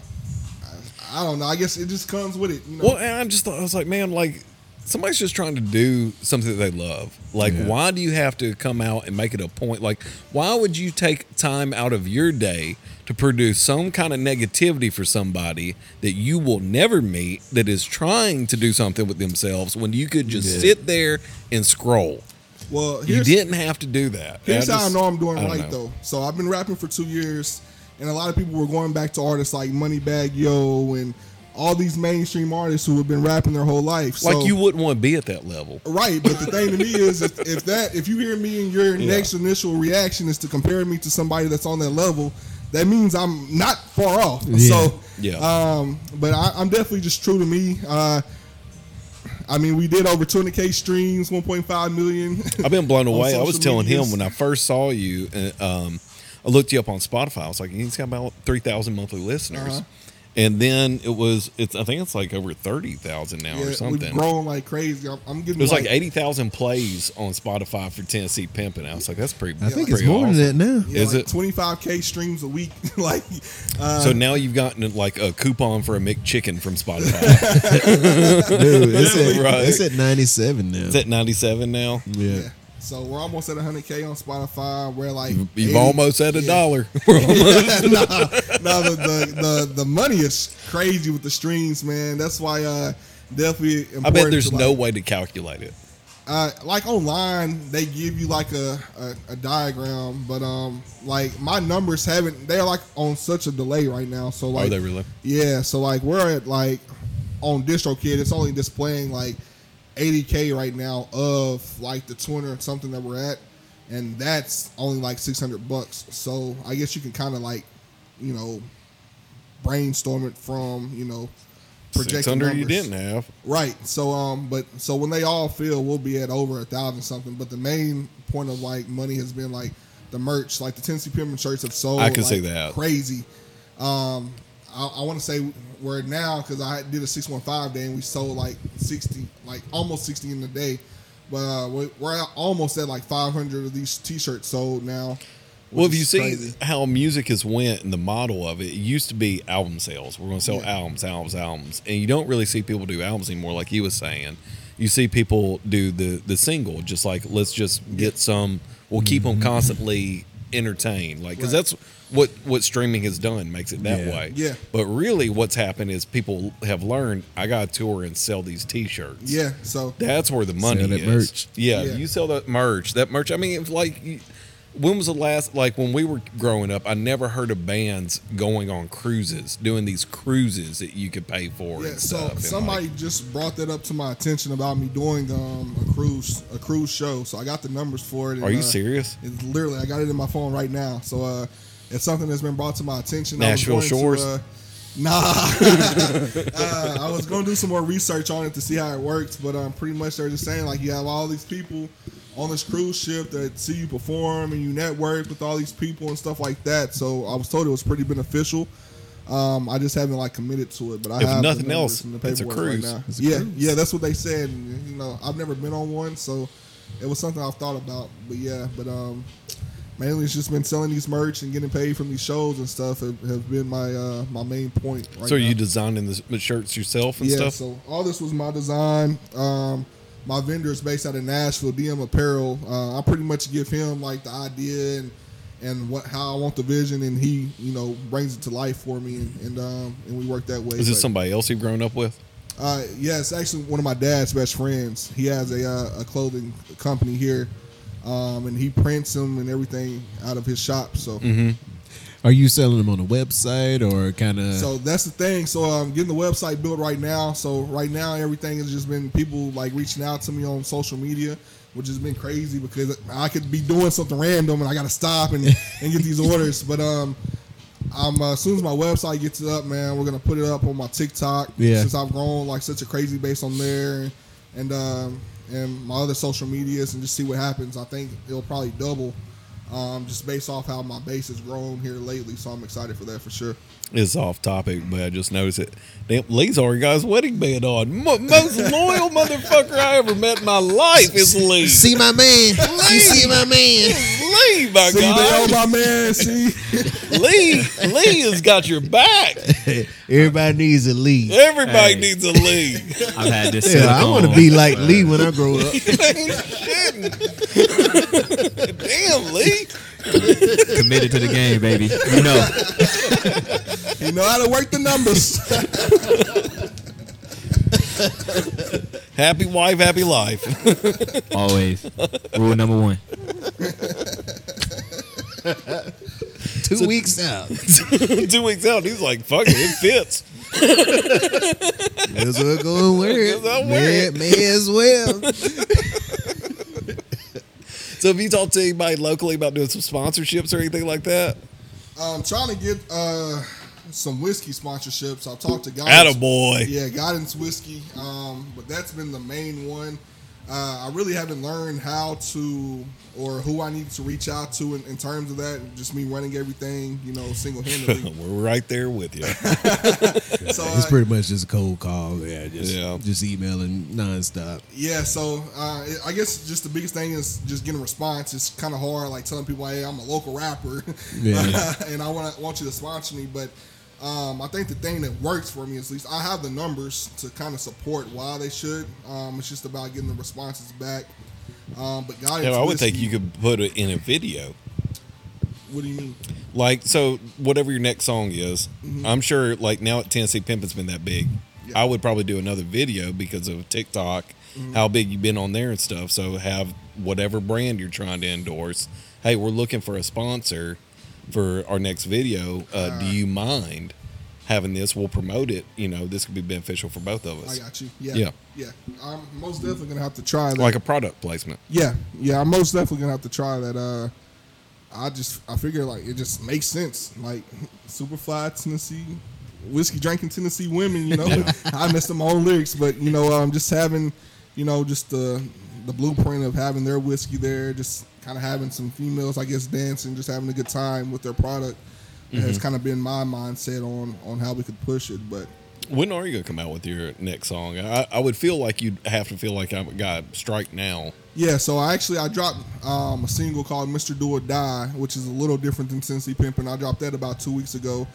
S3: I, I don't know. I guess it just comes with it. You know?
S2: Well, and I just thought, I was like, man, like somebody's just trying to do something that they love. Like, why do you have to come out and make it a point? Like, why would you take time out of your day to produce some kind of negativity for somebody that you will never meet that is trying to do something with themselves when you could just sit there and scroll?
S3: Well,
S2: You
S3: here's,
S2: didn't have to do that.
S3: Here's how I
S2: just-
S3: know I'm doing
S2: I don't
S3: right
S2: know.
S3: though. So I've been rapping for two years, and a lot of people were going back to artists like Moneybag Yo and all these mainstream artists who have been rapping their whole life.
S2: Like,
S3: so,
S2: you wouldn't want to be at that level.
S3: Right, but the thing to me is, if, if that if you hear me and your next initial reaction is to compare me to somebody that's on that level, that means I'm not far off. So
S2: Yeah.
S3: um, but I, I'm definitely just true to me. Uh, I mean, we did over 200k streams, 1.5 million.
S2: I've been blown
S3: on
S2: away. I
S3: social
S2: was telling
S3: medias.
S2: him when I first saw you, uh, um, I looked you up on Spotify. I was like, he's got about three thousand monthly listeners,
S3: Uh-huh.
S2: and then it was, it's I think it's like over thirty thousand now
S3: Yeah,
S2: or
S3: we've
S2: something.
S3: grown like crazy. I'm, I'm getting
S2: It was like eighty thousand plays on Spotify for Tennessee Pimpin'. I was like, that's pretty.
S1: I think it's
S2: pretty
S1: more
S2: awesome.
S1: than that now.
S3: yeah,
S2: is
S3: like
S2: it-
S3: 25k streams a week? like, uh,
S2: So now you've gotten like a coupon for a McChicken from Spotify.
S1: Dude, it's, at,
S2: Right.
S1: it's at 97 now.
S2: it's at ninety seven now.
S1: yeah.
S3: yeah. So we're almost at 100k on Spotify. We're like
S2: You've
S3: eighty-
S2: almost at a
S3: yeah.
S2: dollar.
S3: no, the, the, the the money is crazy with the streams, man. That's why uh definitely important
S2: I bet there's
S3: to,
S2: no
S3: like,
S2: way to calculate it.
S3: uh, like online they give you like a, a, a diagram, but um like my numbers haven't they're like on such a delay right now. So like
S2: Are Oh, they really?
S3: yeah, so like we're at like on DistroKid, it's only displaying like 80k right now of like the 20 or something that we're at, and that's only like 600 bucks. So I guess you can kind of like, you know, brainstorm it from you know,
S2: Six
S3: projecting
S2: hundred you
S3: numbers.
S2: didn't have.
S3: Right. So um, but so when they all fill, we'll be at over a thousand something. But the main point of like money has been like the merch, like the Tennessee Pimman shirts have sold.
S2: I can
S3: like,
S2: see that.
S3: crazy. Um, I, I want to say we're now because I did a six one five day and we sold like sixty, like almost sixty in the day. But uh, we- we're at- almost at like five hundred of these t shirts sold now. which
S2: Well, if
S3: is
S2: you see
S3: crazy.
S2: how music has went and the model of it, it used to be album sales. We're going to sell albums, albums, albums, and you don't really see people do albums anymore, like you was saying. You see people do the the single, just like let's just get some. We'll keep them constantly entertained, like because
S3: Mm-hmm. Right.
S2: that's what what streaming has done makes it that way.
S3: Yeah.
S2: But really, what's happened is people have learned I got to tour and sell these T-shirts.
S3: yeah, so
S2: That's where the money
S1: Sell that
S2: is.
S1: merch.
S2: Yeah,
S3: Yeah.
S2: you sell that merch. That merch. I mean, it's like, you- when was the last? Like when we were growing up, I never heard of bands going on cruises, doing these cruises that you could pay for.
S3: Yeah,
S2: and
S3: so
S2: stuff. and, like,
S3: somebody just brought that up to my attention about me doing um, a cruise a cruise show. So I got the numbers for it. and,
S2: are you
S3: uh,
S2: serious?
S3: It's literally I got it in my phone right now. So uh, it's something that's been brought to my attention.
S2: Nashville
S3: I was going
S2: Shores?
S3: To, uh, nah, uh, I was going to do some more research on it to see how it works, but um, pretty much they're just saying like you have all these people on this cruise ship that see you perform and you network with all these people and stuff like that. So I was told it was pretty beneficial. Um, I just haven't like committed to it, but I
S2: If
S3: have the
S2: nothing
S3: numbers
S2: else,
S3: and the
S2: it's a
S3: paperwork
S2: cruise.
S3: Right now.
S1: It's a
S3: yeah,
S1: cruise.
S3: yeah, that's what they said. and, you know, I've never been on one, so it was something I've thought about. But yeah, but um, mainly it's just been selling these merch and getting paid from these shows and stuff have, have been my uh, my main point. Right
S2: so are
S3: now.
S2: you designing the the shirts yourself and
S3: yeah.
S2: stuff?
S3: So all this was my design. Um, my vendor is based out of Nashville, DM Apparel. Uh, I pretty much give him like the idea and and what how I want the vision, and he you know brings it to life for me, and and, um, and we work that way.
S2: Is this
S3: But-
S2: somebody else you've grown up with?
S3: uh, yeah, it's actually one of my dad's best friends. He has a, uh, a clothing company here, um, and he prints them and everything out of his shop.
S2: Mm-hmm.
S3: So,
S1: Are you selling them on a website or kind of?
S3: so that's the thing. So I'm getting the website built right now. So right now, everything has just been people like reaching out to me on social media. Which has been crazy because I could be doing something random and I got to stop and, and get these orders. But um, I'm uh, as soon as my website gets it up, man, we're gonna put it up on my TikTok.
S1: Yeah.
S3: Since I've grown like such a crazy base on there, and um, and my other social medias, and just see what happens. I think it'll probably double, um, just based off how my base has grown here lately. So I'm excited for that for sure.
S2: It's off topic, but I just noticed it. Damn, Lee's already got his wedding band on. Mo- most loyal motherfucker I ever met in my life is Lee.
S1: see my man. you see my man.
S2: Lee, my
S3: See, they
S2: God.
S3: all my man. See,
S2: Lee, Lee has got your back.
S1: Everybody needs a lead.
S2: Everybody
S4: Hey.
S2: needs a Lee.
S4: I've had this.
S1: Yeah, I
S4: silicone
S1: want to be like Lee when I grow up.
S2: Damn, Lee.
S4: committed to the game, baby. You know,
S3: you know how to work the numbers.
S2: Happy wife, happy life.
S4: always rule number one.
S1: Two weeks out.
S2: Two weeks out, he's like, fuck it, it fits.
S1: May as well go and wear it.
S2: May as well wear
S1: May,
S2: it.
S1: may as well.
S2: So if you talk to anybody locally about doing some sponsorships or anything like that,
S3: I'm trying to get uh, some whiskey sponsorships. I've talked to guys.
S2: attaboy.
S3: Yeah, guidance whiskey. Um, but that's been the main one. Uh, I really haven't learned how to or who I need to reach out to in, in terms of that. Just me running everything, you know, single handedly.
S2: We're right there with you.
S3: so
S1: It's
S3: uh,
S1: pretty much just a cold call. Yeah, just
S2: Yeah.
S1: just emailing nonstop.
S3: yeah, so uh, I guess just the biggest thing is just getting a response. It's kind of hard, like telling people, "Hey, I'm a local rapper,
S1: Yeah.
S3: and I want want you to sponsor me." But um, I think the thing that works for me is at least I have the numbers to kind of support why they should. Um, it's just about getting the responses back. Um, but guidance.
S2: Yeah, I would think
S3: whiskey-
S2: you could put it in a video.
S3: What do you mean?
S2: Like, so whatever your next song is, I'm sure, like, now at Tennessee Pimpin's been that big.
S3: Mm-hmm. Yeah. Mm-hmm.
S2: I would probably do another video because of TikTok, how big you've been on there and stuff. So have whatever brand you're trying to endorse. Hey, we're looking for a sponsor for our next video. Uh, do you mind having this? We'll promote it. You know, this could be beneficial for both of
S3: I
S2: us.
S3: got you. Yeah.
S2: Yeah.
S3: Yeah. I'm most definitely gonna have to try that.
S2: Like a product placement.
S3: Yeah, yeah, I'm most definitely gonna have to try that. Uh, I just I figure like it just makes sense. Like Superfly Tennessee whiskey drinking Tennessee women, you know. I missed them all lyrics, but you know, um, just having, you know, just the the blueprint of having their whiskey there, just kind of having some females, I guess, dancing, just having a good time with their product. Has kind of been my mindset on on how we could push it, but
S2: When are you gonna come out with your next song? I, I would feel like you'd have to feel like I got strike now.
S3: Yeah, so I actually I dropped um, a single called "Mr. Do or Die," which is a little different than Cincy Pimpin. I dropped that about two weeks ago.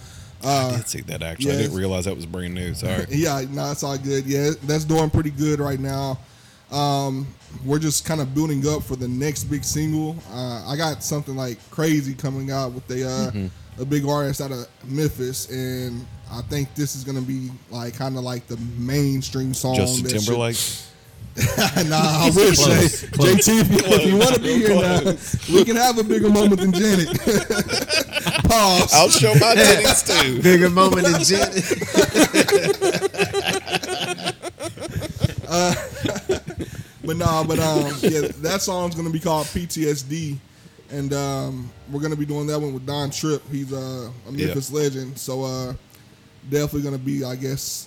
S2: I
S3: Uh,
S2: did see that actually. I
S3: yes.
S2: didn't realize that was brand new. Sorry.
S3: yeah, no, it's all good. Yeah, that's doing pretty good right now. Um, we're just kind of building up for the next big single. Uh, I got something like crazy coming out with a uh,
S2: Mm-hmm.
S3: a big artist out of Memphis, and I think this is gonna be like kind of like the mainstream song.
S2: Justin
S3: that should-
S2: Timberlake.
S3: nah, I wish.
S4: Close,
S3: eh? JT, if you, if you want to be here now, we can have a bigger moment than Janet. Pause.
S2: I'll show my titties too.
S1: Bigger moment than Jet.
S3: but nah, but um, yeah, that song's gonna be called PTSD, and um, we're gonna be doing that one with Don Tripp. He's uh, a
S2: Yeah.
S3: Memphis legend, so uh, definitely gonna be, I guess,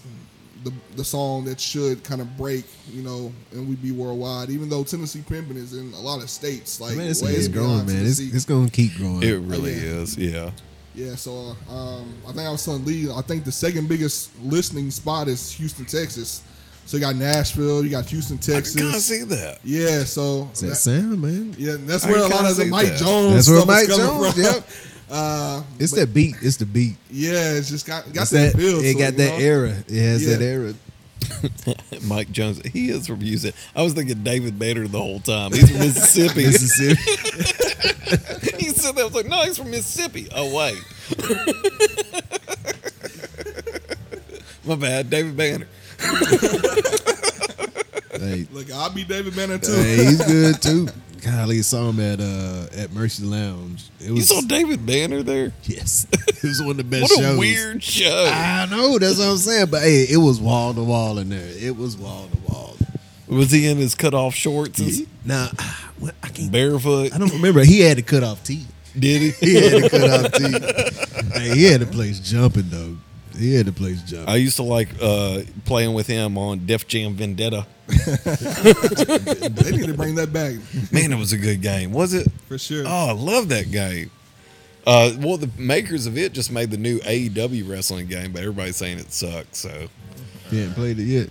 S3: the the song that should kind of break, you know, and we be worldwide. Even though Tennessee Pimpin' is in a lot of states, like
S1: Man, it's,
S3: way
S1: it's
S3: beyond
S1: growing, man. It's,
S3: Tennessee.
S1: it's going to keep growing.
S2: It really
S3: Yeah.
S2: is. Yeah.
S3: Yeah, so uh, um, I think I was telling Lee, I think the second biggest listening spot is Houston, Texas. So you got Nashville, you got Houston,
S2: I can kind of
S3: Texas.
S2: see that.
S3: Yeah, so
S1: It's that
S3: that-
S1: sound, man.
S3: yeah, that's
S2: I
S3: where a
S2: kinda
S3: lot of the
S2: see
S3: Mike
S2: that.
S3: Jones.
S1: That's where
S3: stuff
S1: Mike
S3: is coming
S1: Jones,
S3: from.
S1: yep.
S3: Uh,
S1: It's
S3: but
S1: that beat. It's the beat.
S3: yeah, it's just got got
S1: It's
S3: that,
S1: that,
S3: feel. to
S1: it got
S3: you
S1: that
S3: know?
S1: era. It has that
S3: Yeah.
S1: era.
S2: Mike Jones. He is from Houston. I was thinking David Bader the whole time. He's from Mississippi.
S1: Mississippi.
S2: he said that. I was like, no, he's from Mississippi. Oh wait. my bad, David Banner.
S1: hey,
S3: Look, I'll be David Banner too.
S1: hey, he's good too. Golly, I saw him at uh, at Mercy Lounge. It
S2: You
S1: was
S2: saw David Banner there?
S1: yes. It was one of the best
S2: What a
S1: shows.
S2: weird show.
S1: I know that's what I'm saying, but hey, it was wall to wall in there. It was wall to wall.
S2: Was he in his cut off shorts? and
S1: Now ah, what- I can't.
S2: Barefoot?
S1: I don't remember. He had to cut off teeth.
S2: Did he?
S1: He had to cut off teeth. Hey, he had the place jumping though. He had the place
S2: I
S1: jumping.
S2: used to like uh, playing with him on Def Jam Vendetta.
S3: They need to bring that back
S2: Man, it was a good game, was it?
S3: for sure.
S2: Oh, I love that game. Uh, well, the makers of it just made the new AEW wrestling game, but everybody's saying it sucks. So,
S1: He hadn't played it yet.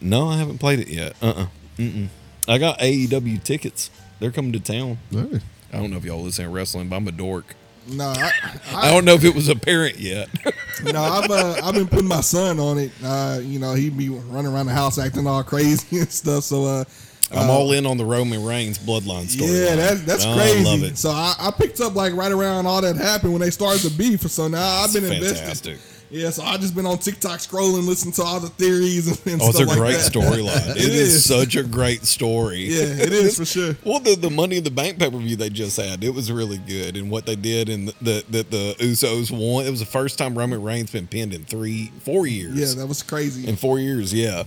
S2: no, I haven't played it yet. Uh uh-uh. Mm-mm. I got AEW tickets. They're coming to town.
S1: All right.
S2: I don't know if y'all listen to wrestling, but I'm a dork.
S3: Nah, I, I,
S2: I don't know if it was apparent yet.
S3: No, I've uh, I've been putting my son on it. Uh, you know, he be running around the house acting all crazy and stuff. So uh,
S1: Oh,
S2: I'm
S3: uh,
S2: all in on the Roman Reigns bloodline story. Oh,
S3: Yeah, that's that's crazy.
S2: I love it.
S3: So I, I picked up like right around all that happened when they started the beef. So now I've
S2: It's
S3: been
S2: fantastic.
S3: invested. Yeah, so I just been on TikTok scrolling, listening to all the theories and, and
S2: Oh, it's
S3: stuff
S2: a
S3: like
S2: great
S3: that.
S2: storyline. it
S3: It
S2: is.
S3: is.
S2: such a great story.
S3: Yeah, it is for sure.
S2: Well, the, the Money in the Bank pay per view they just had, it was really good. And what they did and the, the, the, Usos won, it was the first time Roman Reigns been pinned in three, four years.
S3: Yeah, that was crazy.
S2: in four years, yeah.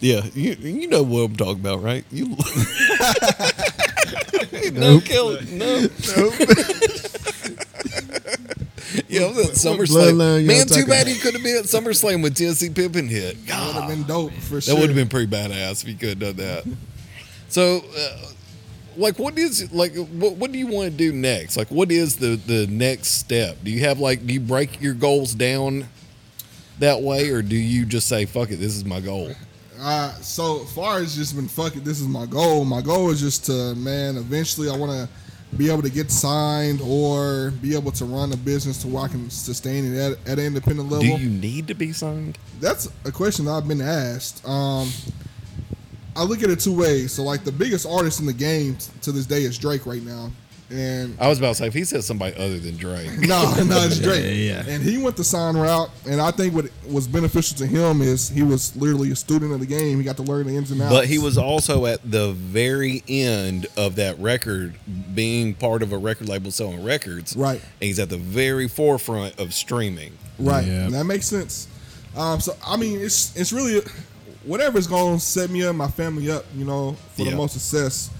S2: Yeah, you, you know what I'm talking about, right? You no kill, no. yeah, I was at
S1: bloodline y'all
S2: SummerSlam. Man, too
S1: talking
S2: bad
S1: about?
S2: he could have been at SummerSlam with Tennessee Pippin hit.
S3: Ah, that would
S2: God.
S3: have been dope for
S2: That
S3: sure.
S2: would have been pretty badass if you could have done that. So, uh, like, what is like, what, what do you want to do next? Like, what is the the next step? Do you have like, do you break your goals down that way, or do you just say, "Fuck it, this is my goal"?
S3: Uh, so far, it's just been fuck it. This is my goal. My goal is just to man. Eventually, I want to be able to get signed or be able to run a business to where I can sustain it at, at an independent
S2: Do
S3: level.
S2: you need to be signed?
S3: That's a question that I've been asked. Um, I look at it two ways. So like the biggest artist in the game t- to this day is Drake right now, and
S2: I was about to say if he said somebody other than Drake,
S3: no, no, it's Drake.
S1: yeah, yeah.
S3: And he went the sign route, and I think what was beneficial to him is he was literally a student of the game. He got to learn the ins and outs.
S2: but he was also at the very end of that record, being part of a record label selling records.
S3: Right.
S2: and he's at the very forefront of streaming.
S3: Right.
S1: Yeah.
S3: That makes sense. Um, so I mean, it's it's really whatever's going to set me up, my family up, you know, for
S2: Yeah.
S3: the most success.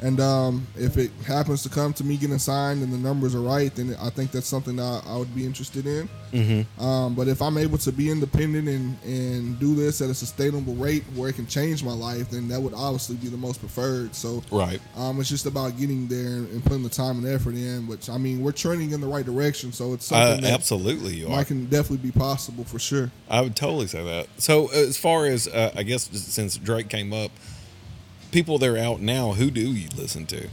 S3: And um, if it happens to come to me getting signed and the numbers are right, then I think that's something that I, I would be interested in. Mm-hmm. Um, but if I'm able to be independent and, and do this at a sustainable rate where it can change my life, then that would obviously be the most preferred. So
S2: Right.
S3: um, it's just about getting there and putting the time and effort in. Which I mean, we're trending in the right direction, so it's
S2: Uh,
S3: something that
S2: absolutely, you are.
S3: might can definitely be possible for sure.
S2: I would totally say that. So, as far as uh, I guess since Drake came up, people that are out now, who do you listen to?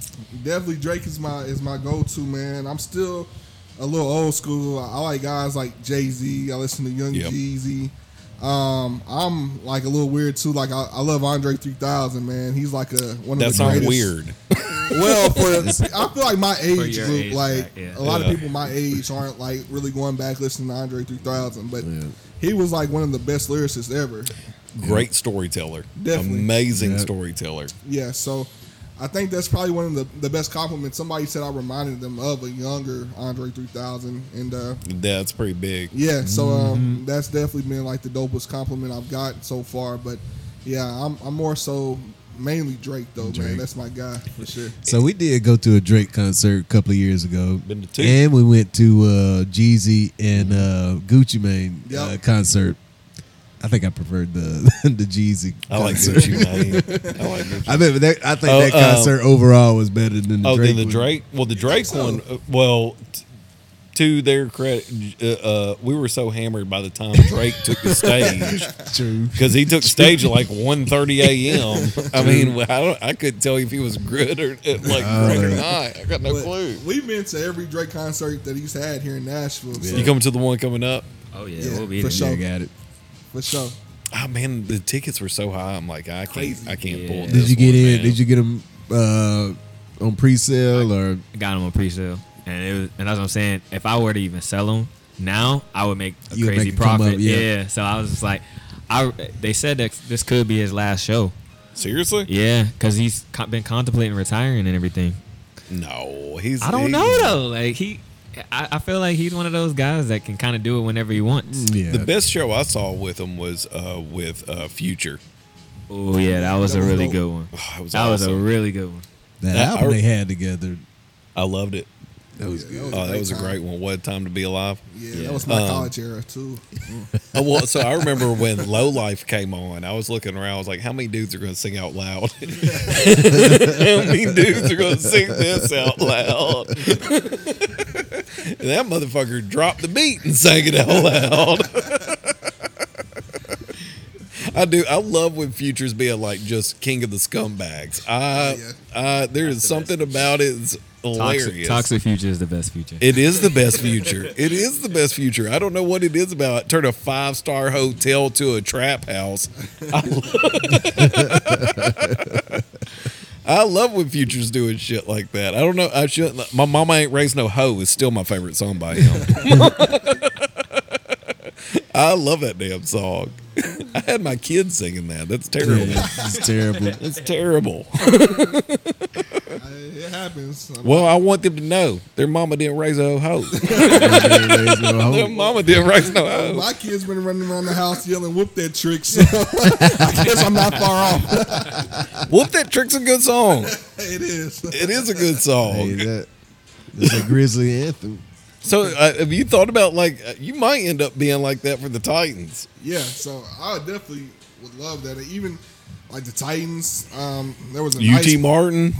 S3: Definitely Drake is my is my go to man. I'm still a little old school. I, I like guys like Jay Z. I listen to Young
S2: Yep.
S3: Jeezy. Um, I'm like a little weird too. Like I, I love Andre 3000, man. He's like a one of
S2: That's
S3: the
S2: not
S3: greatest.
S2: weird.
S3: Well, for I feel like my age
S4: your
S3: group,
S4: age
S3: like
S4: back, yeah.
S3: a lot
S2: Yeah.
S3: of people my age aren't like really going back listening to Andre 3000, but
S1: Yeah.
S3: he was like one of the best lyricists ever.
S2: Great storyteller.
S3: Definitely.
S2: Amazing
S1: Yeah.
S2: storyteller.
S3: Yeah, so I think that's probably one of the, the best compliments. Somebody said I reminded them of a younger Andre 3000. And uh,
S2: That's pretty big.
S3: yeah, so um,
S2: Mm-hmm.
S3: that's definitely been like the dopest compliment I've gotten so far. But yeah, I'm, I'm more so mainly Drake, though, man. That's my guy for sure.
S1: So we did go to a Drake concert a couple of years ago.
S2: Been to two.
S1: And we went to uh, Jeezy and uh, Gucci Mane uh,
S3: Yep.
S1: concert. I think I preferred the the Jeezy.
S2: I like
S1: concert.
S2: Gucci Mane. I like Gucci.
S1: I mean, that, I think
S2: Oh,
S1: that
S2: um,
S1: concert overall was better than the
S2: Oh,
S1: Drake.
S2: then the
S1: one.
S2: Drake. Well, the Drake
S3: so.
S2: one. uh, Well, t- to their credit, uh, uh, we were so hammered by the time Drake took the stage
S1: True.
S2: because he took stage at like 1.30 a.m. I mean, I don't. I couldn't tell you if he was good or uh, like
S1: Oh,
S2: great or not. I got no
S3: But
S2: clue.
S3: we've been to every Drake concert that he's had here in Nashville. So
S2: You coming to the one coming up?
S4: Oh yeah,
S3: Yeah,
S4: we'll be
S3: for
S4: there.
S3: sure.
S1: I got it.
S3: for sure.
S2: Oh man, the tickets were so high. I'm like, I can't. I can't
S4: Yeah.
S2: pull.
S4: Did
S2: this
S1: Did you get
S2: one,
S1: in?
S2: man.
S1: Did you get them uh, on pre-sale or?
S4: I got them on pre-sale, and it was, and that's what I'm saying. If I were to even sell them now, I would make a
S1: You would
S4: crazy
S1: make it come
S4: profit.
S1: up, yeah.
S4: yeah. So I was just like, I they said that this could be his last show.
S2: seriously?
S4: Yeah, because he's co- been contemplating retiring and everything.
S2: No, he's.
S4: I don't
S2: he's-
S4: know though. Like he, I, I feel like he's one of those guys that can kind of do it whenever he wants.
S1: Yeah.
S2: The best show I saw with him was uh, with uh, Future.
S4: Oh yeah, that was
S3: That
S4: a
S3: was
S4: really
S3: dope.
S4: good one.
S2: Oh, it was
S4: that was a
S2: awesome.
S4: really good one.
S1: that
S2: that-
S1: album they had together.
S2: I loved it.
S1: That was
S3: Yeah,
S1: good.
S2: Oh, that was a
S3: time.
S2: great Um, one. What a time to be alive.
S3: Yeah, that was my college era too.
S2: Oh, well, so I remember when Low Life came on, I was looking around. I was like, how many dudes are going to sing out loud? how many dudes are going to sing this out loud? and that motherfucker dropped the beat and sang it out loud. I do. I love when Future's being like just king of the scumbags. I, I there is something about it that's
S4: Toxic,
S2: hilarious.
S4: Toxic Future is the best future.
S2: It is the best future. It is the best future. I don't know what it is about. Turn a five star hotel to a trap house. I lo- I love when Future's doing shit like that. I don't know. I shouldn't. My mama ain't raised no hoe is still my favorite song by him. I love that damn song. I had my kids singing that. That's terrible.
S1: Yeah, it's terrible.
S2: That's terrible.
S3: I, it happens.
S2: Well, I want them to know their mama didn't raise no hoe.
S1: There's no hope.
S2: Their mama didn't raise no hoe.
S3: My kids been running around the house yelling "Whoop that trick!" So I guess I'm not far off.
S2: Whoop that trick's a good song.
S3: it is.
S2: It is a good song.
S1: Hey, that, that's a grizzly anthem.
S2: So, uh, have you thought about like uh, you might end up being like that for the Titans?
S3: Yeah, so I definitely would love that. Even like the Titans, um, there was a nice,
S2: UT Martin.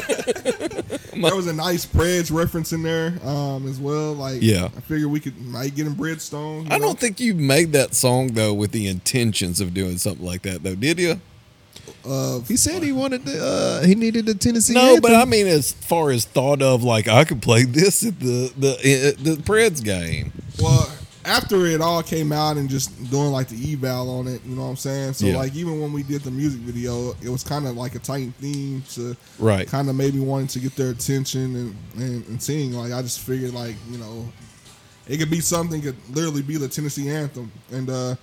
S3: there was a nice Preds reference in there um, as well. Like,
S2: Yeah.
S3: I figured we could might get him Bridgestone. you
S2: I
S3: know?
S2: don't think you made that song though with the intentions of doing something like that, though, did you?
S3: of
S1: He said he wanted the, uh, he needed the Tennessee.
S2: No, but I
S1: anthem.
S2: mean, as far as thought of, like I could play this at the the uh, the Preds game.
S3: well, after it all came out and just doing like the eval on it, you know what I'm saying? So
S2: Yeah.
S3: like even when we did the music video, it was kind of like a Titan theme to
S2: Right.
S3: kind of maybe wanting to get their attention and, and and seeing like I just figured like you know it could be something could literally be the Tennessee anthem and. uh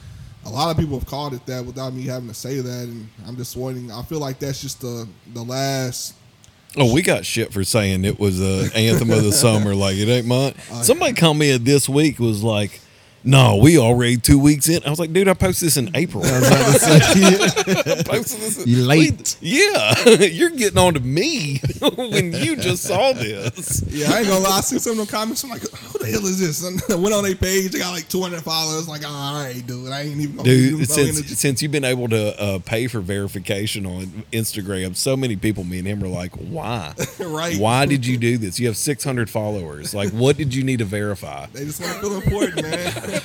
S3: a lot of people have called it that without me having to say that, and I'm just waiting. I feel like that's just the the last
S2: Oh, we got shit for saying it was a anthem of the summer. Like it ain't mine. Somebody commented this week was like, "No, we already two weeks in." I was like, "Dude, I posted this in April. I posted this in-
S1: You late.
S2: Yeah, you're getting on to me when you just saw this.
S3: Yeah, I ain't gonna lie. I see some of the comments. I'm like, who the hell is this? And I went on their page. They got like 200 followers. Like, oh, all right, dude. I ain't even gonna give them
S2: Dude,
S3: no energy.
S2: since since you've been able to uh, pay for verification on Instagram, so many people, me and him, were like, "Why?
S3: Right.
S2: Why did you do this? You have 600 followers. Like, what did you need to verify?"
S3: They just want to feel important, man.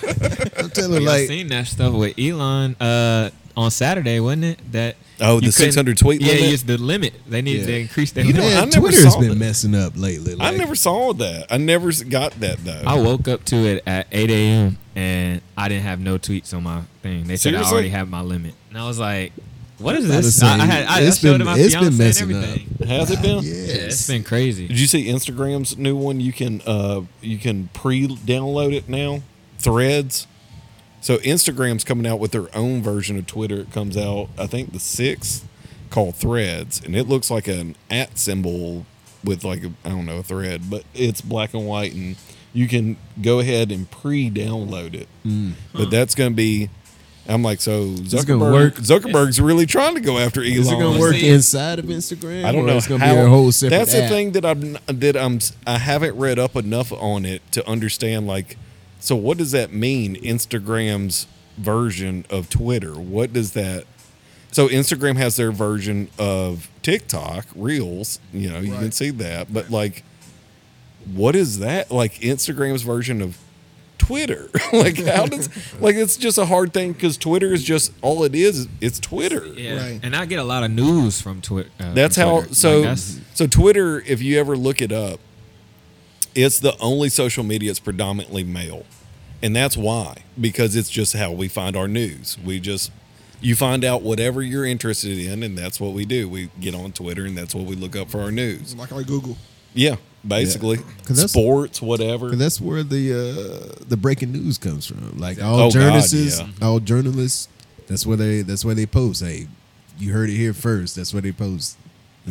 S1: I'm telling
S4: Y'all
S1: like
S4: seen that stuff with Elon uh, on Saturday, wasn't it? That
S2: Oh,
S4: you
S2: the
S4: couldn't-
S2: 600 tweet
S4: Yeah,
S2: limit?
S4: it's the limit. They need
S1: Yeah.
S4: to increase their
S1: you
S4: limit.
S2: I
S1: know,
S2: never
S1: Twitter's
S2: saw
S1: been
S2: that.
S1: messing up lately.
S2: I
S1: Like,
S2: never saw that. I never s- got that though.
S4: I woke up to it at 8 a.m. and I didn't have no tweets on my thing. They said I
S2: Seriously?
S4: already have my limit, and I was like, "What is
S1: About
S4: this?"
S1: to say,
S4: I, I had I, I
S1: it's
S4: showed
S1: been-
S4: it my
S1: it's
S4: fiance
S1: been messing
S4: and
S1: up.
S4: everything.
S2: Has it been?
S4: Yeah, it's
S1: Yes.
S4: been crazy.
S2: Did you see Instagram's new one? You can uh you can pre-download it now. Threads. So Instagram's coming out with their own version of Twitter. It comes out I think the 6th called Threads and it looks like an at symbol with like a, I don't know a thread, but it's black and white and you can go ahead and pre-download it. But that's going to be I'm like so
S1: it Mm. gonna
S2: Zuckerberg
S1: work?
S2: Zuckerberg's really trying to go after Elon.
S1: Is it gonna work
S4: See it.
S1: inside of Instagram?
S2: I don't
S1: or
S2: know
S1: It's gonna
S2: how-
S1: be a whole separate.
S2: That's the
S1: app?
S2: thing that I'm that I'm I haven't read up enough on it to understand. Like, so what does that mean? Instagram's version of Twitter. What does that? So Instagram has their version of TikTok Reels. You know, you can
S3: Right.
S2: see that, but like, what is that? Like Instagram's version of Twitter. like how does like it's just a hard thing because Twitter is just all it is. It's Twitter.
S4: Yeah,
S3: Right.
S4: and I get a lot of news from Twitter. Uh,
S2: That's
S4: from
S2: how.
S4: Twitter.
S2: So
S4: Like, that's-
S2: so Twitter, if you ever look it up, it's the only social media that's predominantly male, and that's why because it's just how we find our news. We just you find out whatever you're interested in, and that's what we do. We get on Twitter, and that's what we look up for our news.
S3: Like on Google.
S2: Yeah, basically
S1: 'Cause that's-
S2: sports, whatever.
S1: And that's where the uh, the breaking news comes from. Like all
S2: Oh, God,
S1: journalists,
S2: yeah.
S1: all journalists. That's where they. That's where they post. Hey, you heard it here first. That's where they post.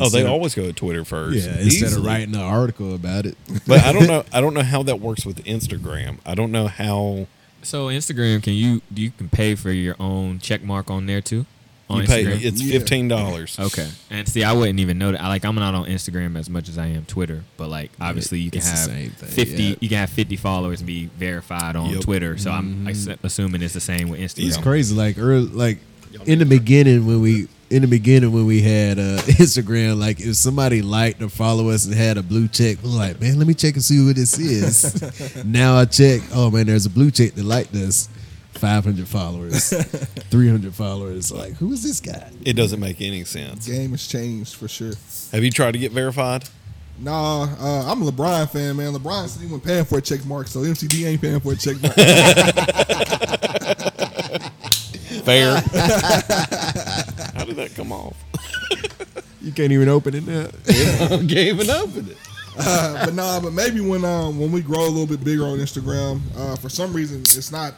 S2: Oh, they
S1: Instead of-
S2: always go to Twitter first.
S1: Yeah, instead of
S2: Easily.
S1: writing an article about it.
S2: But I don't know. I don't know how that works with Instagram. I don't know how.
S4: so Instagram, can you you can pay for your own check mark on there too? On
S2: You pay,
S4: Instagram?
S2: it's
S3: Yeah.
S2: fifteen dollars.
S4: Okay. And see, I wouldn't even know that. I, like, I'm not on Instagram as much as I am Twitter, but like, obviously, you can
S1: It's the
S4: have
S1: same thing,
S4: 50.
S1: yeah.
S4: You can have 50 followers and be verified on
S2: Yep.
S4: Twitter. So I'm assu- assuming it's the same with Instagram.
S1: It's crazy. Like early, like in the beginning when we in the beginning when we had uh, Instagram, like if somebody liked or follow us and had a blue check, we're like, man, let me check and see who this is. now I check. Oh man, there's a blue check that liked us. 500 followers, 300 followers. Like, who is this guy?
S2: It doesn't make any sense.
S3: Game has changed for sure.
S2: Have you tried to get verified?
S3: Nah, uh, I'm a LeBron fan, man. LeBron said he wasn't paying for a check mark, so MCD ain't paying for a check mark. Uh,
S2: Fair. How did that come off?
S1: You can't even open it now.
S2: I gave it up with it.
S3: Uh, but nah, but maybe when um, when we grow a little bit bigger on Instagram, uh, for some reason it's not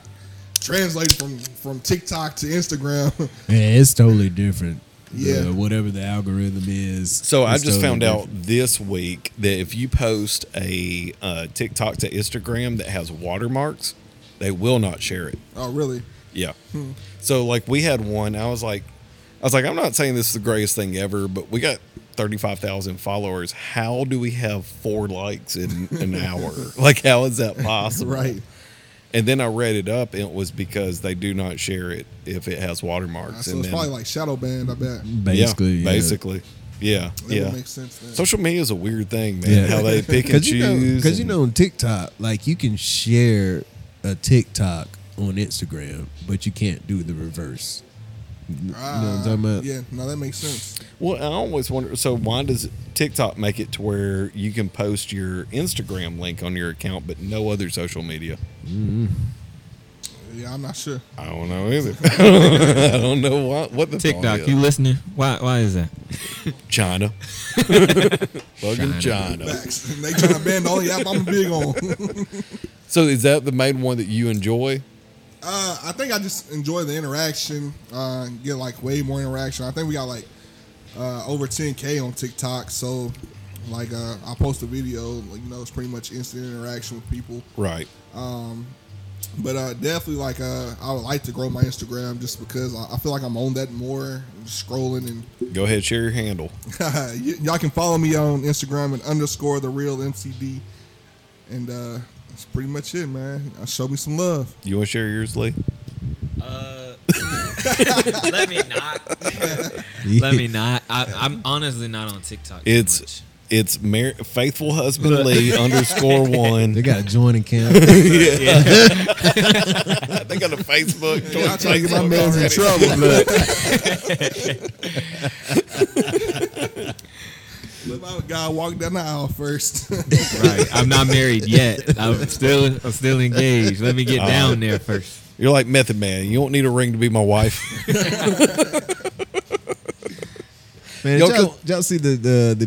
S3: translated from from TikTok to Instagram.
S1: Man, it's totally different.
S3: Yeah.
S1: Uh, whatever the algorithm is.
S2: So I
S1: it's
S2: just
S1: totally
S2: found out
S1: different.
S2: this week that if you post a uh, TikTok to Instagram that has watermarks, they will not share it.
S3: oh, really?
S2: Yeah. So like we had one. I was like, I was like, I'm not saying this is the greatest thing ever, but we got thirty five thousand followers. How do we have four likes in an hour? like, how is that possible?
S3: Right.
S2: And then I read it up, and it was because they do not share it if it has watermarks.
S3: Uh, so
S2: and
S3: it's
S2: then,
S3: probably like shadow banned. I bet.
S1: Basically.
S2: yeah,
S1: yeah.
S2: basically, yeah,
S3: That
S2: yeah.
S3: would make sense. Then. Ah,
S2: Social media is a weird thing, man.
S1: Yeah.
S2: How they pick and
S1: you know,
S2: choose.
S1: because you
S2: and-
S1: know, on TikTok, like you can share a TikTok on Instagram, but you can't do the reverse.
S3: Ah,
S1: You know what I'm talking about?
S3: Yeah, no, that makes sense.
S2: Well, I always wonder. So why does TikTok make it to where you can post your Instagram link on your account, but no other social media?
S3: Yeah, I'm not sure.
S2: I don't know either. I don't know what what the
S4: TikTok,
S2: song
S4: you
S2: is.
S4: listening? Why? Why is that?
S2: China, fucking China.
S3: Facts. they trying to ban the only app I'm big on.
S2: So is that the main one that you enjoy?
S3: Uh, I think I just enjoy the interaction. Uh, get like way more interaction. I think we got like uh, over 10k on TikTok. So like uh, I post a video, like, you know, it's pretty much instant interaction with people.
S2: Right.
S3: But uh, definitely like uh, I would like to grow my Instagram just because I, I feel like I'm on that more, scrolling and
S2: Go ahead, share your handle.
S3: y- y'all can follow me on Instagram at underscore the real MCD. And uh, that's pretty much it, man. Uh, show me some love.
S2: You want to share yours, Lee?
S4: Uh, let me not. let me not. I, I'm honestly not on TikTok. too
S2: It's
S4: much.
S2: it's Mar- faithful husband Lee underscore one.
S1: They got a joining account.
S2: they got a Facebook.
S3: Y'all
S2: Twitter,
S3: trying to get my
S2: Facebook
S3: man's in
S2: already.
S3: trouble. Look. Let my guy walk down the aisle first.
S4: right. I'm not married yet. I'm still. I'm still engaged. Let me get down there first.
S2: You're like Method Man. You don't need a ring to be my wife.
S1: Man,
S2: Yo,
S1: did y'all,
S2: come-
S1: did y'all see the the, the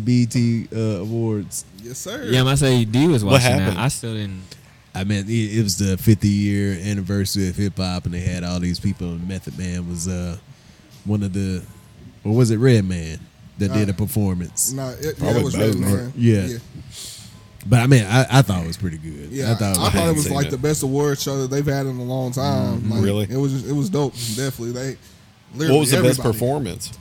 S1: BET uh, awards?
S3: yes, sir.
S4: Yeah, my say D was
S2: What
S4: watching that.
S2: happened?
S4: I still didn't.
S1: I mean, it, it was the 50 year anniversary of hip hop, and they had all these people. And Method Man was uh, one of the, or was it Red Man that did a performance?
S3: Nah, it, yeah,
S2: Probably
S3: it was
S2: both,
S3: really, man.
S1: Yeah. But I mean, I, I thought it was pretty good.
S3: Yeah,
S1: I thought it was,
S2: hadn't
S3: was
S2: seen
S3: like
S2: it.
S3: the best award show that they've had in a long time. Like,
S2: Really?
S3: it was just, it was dope. Definitely, they.
S2: What was the best
S3: everybody-
S2: performance?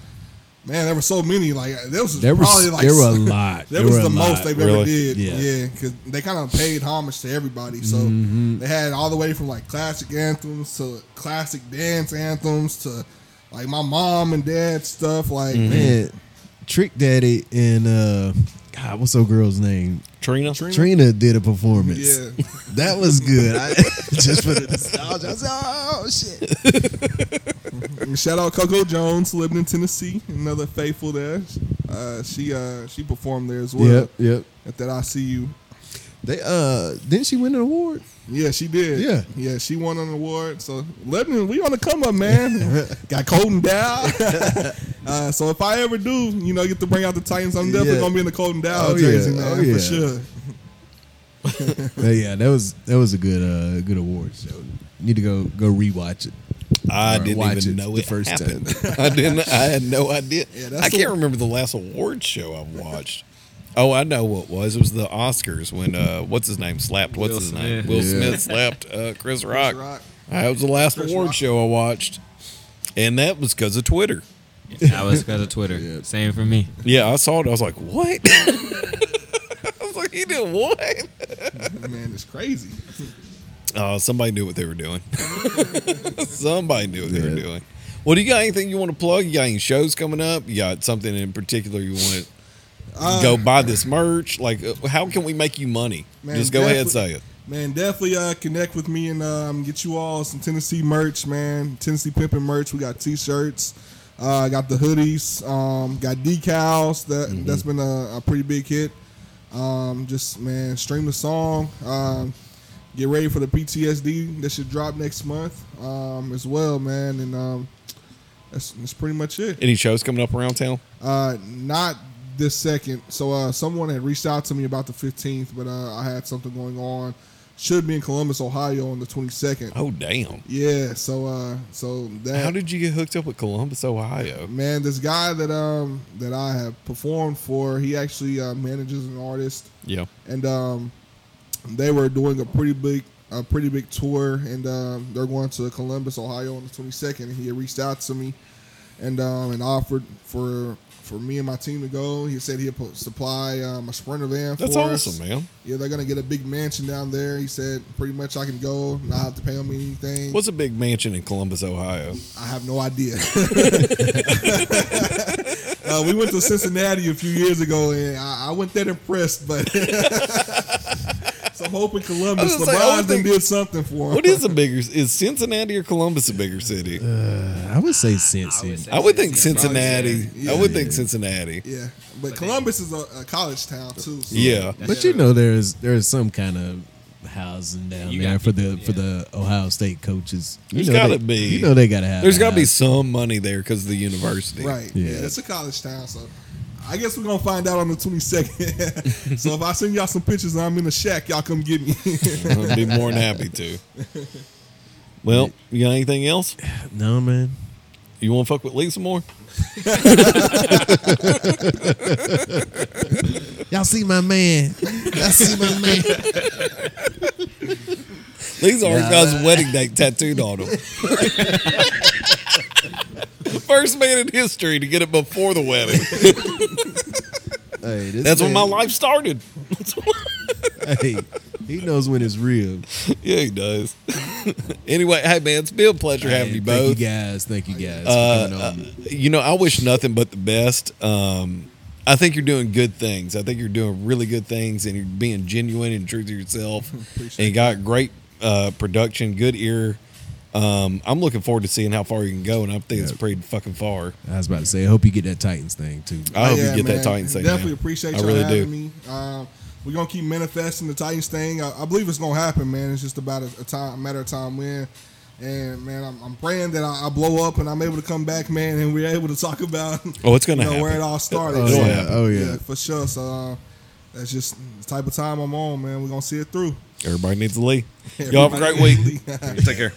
S3: Man, there were so many. Like there was
S1: there was
S3: probably like
S1: there were a lot.
S3: That
S1: There
S3: was
S1: were a
S3: the most
S1: lot.
S3: they've
S2: Really?
S3: ever did.
S1: Yeah.
S3: Yeah, because they kind of paid homage to everybody. So
S1: Mm-hmm.
S3: they had all the way from like classic anthems to classic dance anthems to like my mom and dad stuff. Like
S1: Mm-hmm.
S3: man,
S1: Man, Trick Daddy and uh, God, what's that girl's name?
S2: Trina.
S3: Trina?
S1: Trina did a performance.
S3: yeah,
S1: That was good. I, just for the nostalgia, I said, oh shit.
S3: And shout out Coco Jones, living in Tennessee, another faithful there. Uh, she uh, she performed there as well
S1: Yep, yep.
S3: at that ICU.
S1: They uh, didn't she win an award?
S3: Yeah, she did.
S1: Yeah.
S3: yeah, she won an award. So Lebanon, we on the come up, man. Got Colton Dow. uh, so if I ever do, you know, get to bring out the Titans, I'm definitely
S1: Yeah.
S3: gonna be in the Colton Dow
S1: Oh,
S3: jersey,
S1: yeah.
S3: man,
S1: Oh, yeah.
S3: for sure.
S1: Uh, yeah, that was that was a good uh good award show. Need to go go rewatch it.
S2: I
S1: Or watch
S2: didn't
S1: it
S2: even know
S1: the
S2: it
S1: first
S2: happened. I didn't. I had no idea.
S3: Yeah, that's
S2: I
S3: the
S2: can't
S3: one.
S2: remember the last award show I watched. Oh, I know what it was. It was the Oscars when uh, what's his name slapped what's
S4: Will
S2: his name
S4: Smith.
S2: Will
S1: Yeah.
S2: Smith slapped uh, Chris Rock.
S3: Rock.
S2: That was the last
S3: Chris
S2: award
S3: Rock.
S2: show I watched, and that was because of Twitter.
S4: That was because of Twitter. Same for me.
S2: Yeah, I saw it. I was like, what? I was like, he did what?
S3: Man, it's crazy.
S2: Oh, somebody knew what they were doing. somebody knew what they were
S1: Yeah.
S2: doing. Well, do you got anything you want to plug? You got any shows coming up? You got something in particular you want to
S3: Uh,
S2: go buy this merch? Like, uh, how can we make you money?
S3: Man,
S2: Just go ahead and say
S3: definitely-
S2: it.
S3: Man, definitely uh, connect with me and um, get you all some Tennessee merch, man. Tennessee pimping merch. We got t-shirts, uh, got the hoodies, um, got decals. That that's been a, a pretty big hit. Um, just man, stream the song. Um, get ready for the PTSD that should drop next month um, as well, man. And um, that's, that's pretty much it.
S2: Any shows coming up around town?
S3: Uh, not this second. So uh, someone had reached out to me about the 15th, but uh, I had something going on. Should be in Columbus, Ohio, on the 22nd.
S2: Oh, damn.
S3: Yeah. So uh, so that
S2: How did you get hooked up with Columbus, Ohio?
S3: man, this guy that um that I have performed for, he actually uh, manages an artist,
S2: Yeah.
S3: and um, they were doing a pretty big a pretty big tour, and um, they're going to Columbus, Ohio, on the 22nd. And he had reached out to me, and um, and offered for for me and my team to go. He said he'd pu- supply um, a sprinter van.
S2: That's
S3: for us.
S2: awesome, man.
S3: Yeah, they're gonna get a big mansion down there. He said pretty much I can go, not have to pay him anything.
S2: What's a big mansion in Columbus, Ohio?
S3: I have no idea. uh, we went to Cincinnati a few years ago, and I, I went that impressed. But so I'm hoping Columbus
S2: I was gonna say, I
S3: LeBron
S2: would
S3: done
S2: think-
S3: did something for him.
S2: What is a bigger? Is Cincinnati or Columbus a bigger city?
S1: I would say Cincy.
S2: I would think Cincinnati. I would think
S1: Yeah.
S2: Cincinnati.
S3: Yeah, but Columbus is a, a college town too. So
S2: Yeah.
S1: but you know, there's there's some kind of housing down
S4: You
S1: there
S4: got
S1: for the
S4: people,
S1: for
S4: yeah.
S1: the Ohio State coaches. You
S2: There's
S1: know
S2: gotta
S1: they-
S2: be.
S1: You know they gotta have.
S2: There's got to be
S1: housing.
S2: some money there because of the university.
S3: Right.
S1: Yeah.
S3: Yeah. it's a college town, so I guess we're gonna find out on the twenty second. so if I send y'all some pictures and I'm in a shack, y'all come get me.
S2: I'd be more than happy to. Well, you got anything else?
S1: No man.
S2: You want to fuck with Lisa more?
S1: Y'all see my man. Y'all see my man.
S2: Lisa already got his wedding date tattooed on him. First man in history to get it before the wedding.
S1: Hey, this
S2: That's when my
S1: man-
S2: life started.
S1: Hey, he knows when it's real.
S2: yeah, he does. anyway, hey man, it's been a pleasure having
S1: Hey,
S2: you
S1: thank
S2: both. Uh,
S1: you guys. Thank you guys for coming on.
S2: you know, I wish nothing but the best. Um, I think you're doing good things. I think you're doing really good things, and you're being genuine and true to yourself. and you got great uh, production, good ear. Um, I'm looking forward to seeing how far you can go, and I think it's pretty fucking far.
S1: I was about to say, I hope you get that Titans thing too.
S2: uh, I hope
S3: Yeah,
S2: you get
S3: man.
S2: that Titans thing.
S3: Definitely
S2: man.
S3: appreciate
S2: I
S3: y'all
S2: really
S3: having
S2: do.
S3: me. Uh, we're gonna keep manifesting the Titans thing. I, I believe it's gonna happen, man. It's just about a, a time, a matter of time when. And man, I'm, I'm praying that I, I blow up and I'm able to come back, man, and we're able to talk about
S2: Oh, it's gonna
S3: you know, where it
S2: happen.
S3: all started.
S2: It'll
S3: So,
S2: happen.
S1: Oh, yeah.
S3: for sure. So uh, that's just the type of time I'm on, man. We're gonna see it through.
S2: Everybody needs to leave. Y'all have a great week. Take care.